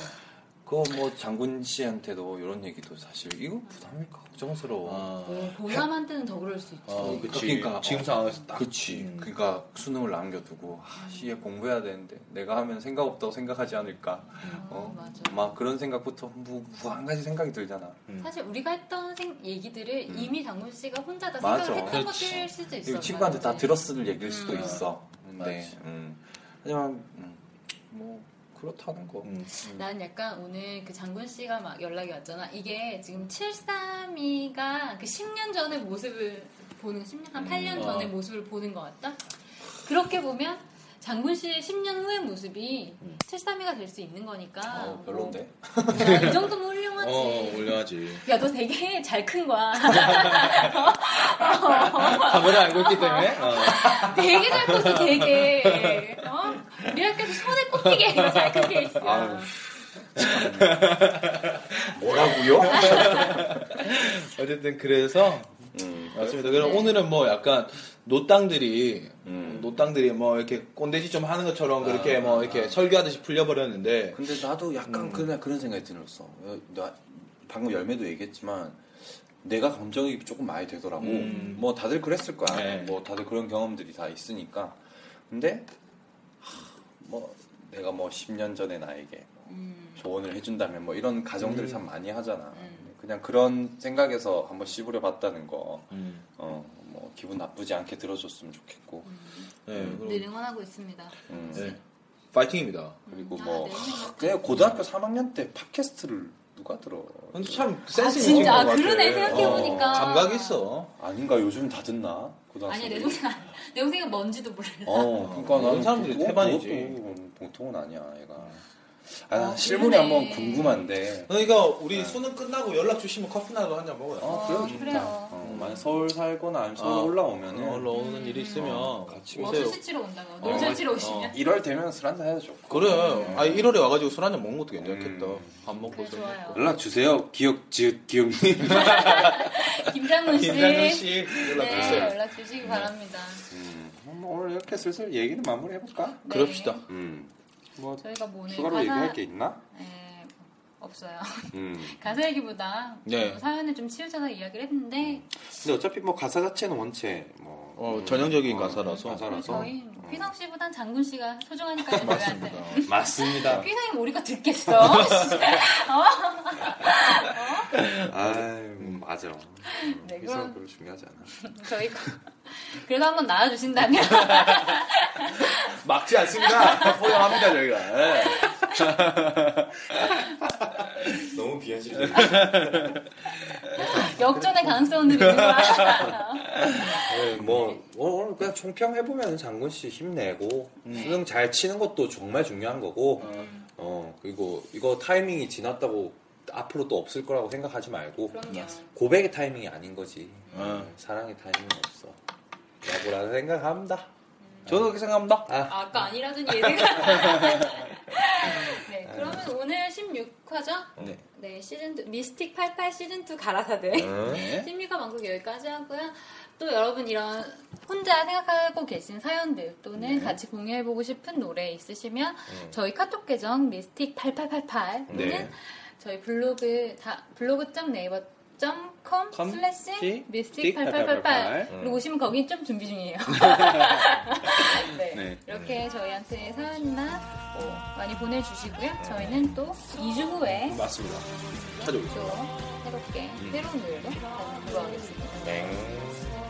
S5: 그거 뭐 장군 씨한테도 이런 얘기도 사실 이거 부담일까 걱정스러워.
S4: 어, 고3한테는 더 그럴 수 있지.
S6: 뭐 아, 어, 그치.
S5: 그러니까.
S6: 지금 상황에서 딱.
S5: 그치.
S6: 음.
S5: 그러니까 수능을 남겨두고 아씨 얘 공부해야 되는데 내가 하면 생각 없다고 생각하지 않을까.
S4: 어,
S5: 어?
S4: 맞아.
S5: 막 그런 생각부터 무, 무한 가지 생각이 들잖아.
S4: 사실 우리가 했던 생- 얘기들을 이미 장군 씨가 혼자 다
S5: 음. 맞아.
S4: 생각을 했던
S6: 그렇지.
S4: 것일 수도 있어.
S5: 그리고 친구한테 다 들었을 얘기일 수도
S4: 음.
S5: 있어. 근데
S6: 맞지.
S5: 음. 하지만 음, 뭐 그렇다는 거.
S6: 음.
S4: 난 약간 오늘 그 장군 씨가 막 연락이 왔잖아. 이게 지금 732가 그 10년 전의 모습을 보는 10년 한 8년
S5: 음.
S6: 어.
S4: 전의 모습을 보는 것 같다. 그렇게 보면 장군 씨의 10년 후의 모습이 732가 될 수 있는 거니까.
S5: 음. 어, 별론데.
S4: 뭐, 야, 이 정도면 훌륭하지.
S6: 어, 올려야지.
S4: 야, 너 되게 잘 큰 거야.
S6: 답을 알고 있기 때문에. 어.
S4: 되게 잘 컸어, 되게. 어? 우리 학교에서 손에 꼽히게 이거 잘 큰 케이스야.
S5: 아유.
S6: 아.
S5: 뭐라고요?
S6: 어쨌든 그래서
S5: 음,
S6: 맞습니다. 그럼 오늘은 뭐 약간 노땅들이
S5: 음.
S6: 노땅들이 뭐 이렇게 꼰대지 좀 하는 것처럼 그렇게 뭐 이렇게 설교하듯이 풀려버렸는데
S5: 근데 나도 약간
S6: 음.
S5: 그날 그런 생각이 들었어. 어, 나 방금 열매도 얘기했지만 내가 감정이 조금 많이 되더라고. 뭐 다들 그랬을 거야.
S6: 음. 네.
S5: 뭐 다들 그런 경험들이 다 있으니까. 근데 하, 뭐 내가 뭐 10년 전에 나에게
S4: 음.
S5: 조언을 해준다면 뭐 이런 가정들을
S6: 음.
S5: 참 많이 하잖아. 그냥 그런 생각에서 한번 씹으려 봤다는 거.
S6: 음.
S5: 어, 뭐 기분 나쁘지 않게 들어줬으면 좋겠고.
S6: 네, 그럼,
S4: 늘 응원하고 있습니다.
S5: 음.
S6: 네. 파이팅입니다.
S5: 그리고
S4: 아,
S5: 뭐
S4: 네.
S5: 그냥 고등학교 3학년 때 팟캐스트를 누가 들어?
S6: 근데 참
S4: 아,
S6: 센스 있는
S4: 진짜.
S6: 것
S4: 아,
S6: 같아.
S4: 그러네, 생각해보니까.
S6: 어, 감각 있어.
S5: 아닌가 요즘 다 듣나 고등학생?
S4: 아니야, 내 동생, 내 동생은 뭔지도 몰라.
S5: 어, 그러니까
S6: 그런
S5: 나는
S6: 사람들이
S5: 그거-
S6: 태반이지.
S5: 그것도 뭐 보통은 아니야, 얘가. 아, 나
S4: 아,
S5: 실물이
S4: 그러네.
S5: 한번 궁금한데.
S6: 그러니까 우리 수능 끝나고 연락 주시면 커피나도 한 잔 먹어요.
S5: 아, 그래요, 좋다.
S4: 그래요.
S5: 어, 만약 서울 살거나 아니면 서울
S6: 어.
S5: 올라오면은
S6: 어, 올라오는 일이 있으면
S5: 어, 같이
S4: 뭐
S6: 오세요.
S4: 수시 치러 온다고. 놀자 치러 오시면.
S5: 1월 되면 술 한잔 해도 좋고.
S6: 그래. 아 1월에 와가지고 술 한 잔 먹는 것도 괜찮겠다. 밥 먹고
S4: 그래,
S6: 술
S4: 네, 좋아요.
S5: 연락 주세요. 기억 지읒 기억님.
S4: 김장훈 씨.
S6: 김장준 씨 연락
S4: 네,
S6: 주세요.
S4: 연락 주시기 바랍니다.
S5: 음, 그럼 오늘 이렇게 슬슬 얘기를 마무리 해볼까?
S4: 네.
S6: 그럽시다.
S5: 음. 뭐
S4: 저희가 뭐 오늘
S5: 추가로
S4: 가사
S5: 얘기할 게 있나?
S4: 에, 없어요.
S5: 음.
S4: 가사 얘기보다
S6: 네.
S4: 뭐 사연을 좀 치우쳐서 이야기를 했는데
S5: 근데 어차피 뭐 가사 자체는 원체 뭐
S6: 어, 전형적인 가사라서.
S5: 가사라서.
S4: 저희 휘성 씨보단 장군 씨가 소중하니까요 저희한테.
S5: 맞습니다.
S4: 휘성이 우리가 듣겠어. 어?
S5: 아, 맞아.
S4: 네,
S5: 네,
S4: 그럼-
S5: 그럼 별로 중요하지 않아.
S4: 저희 거. 그래도 한번 나와주신다면
S6: 막지 않습니다. 포용합니다 저희가. 네.
S5: 너무 비현실적이야.
S4: 역전의 가능성은 있는 거야.
S5: 네, 뭐 오늘 그냥 총평 해보면 장군 씨 힘내고 수능 잘 치는 것도 정말 중요한 거고 어 그리고 이거 타이밍이 지났다고 앞으로 또 없을 거라고 생각하지 말고
S4: 그럼요.
S5: 고백의 타이밍이 아닌 거지
S6: 어.
S5: 사랑의 타이밍은 없어 라고라는 생각합니다
S6: 저도 그렇게 생각합니다.
S4: 아까 아니라던 얘기가. 네, 그러면 오늘 16화죠?
S6: 네.
S4: 네, 시즌 2, 미스틱 88 시즌 2 가라사대.
S6: 네.
S4: 16화 방송 여기까지 하고요. 또 여러분 이런 혼자 생각하고 계신 사연들 또는 같이 공유해보고 싶은 노래 있으시면 저희 카톡 계정 미스틱 8888 또는
S6: 네.
S4: 저희 블로그 다 블로그 점 네이버 .com 슬래시
S10: mystic
S4: 미스틱 8888 그리고 오시면 거기 좀 준비 중이에요. 네,
S5: 네.
S4: 이렇게 저희한테 사연이나 뭐 많이 보내주시고요. 저희는 또 2주 후에
S6: 맞습니다.
S4: 또 새롭게 새로운 요일로 다시 돌아오겠습니다.
S5: 네.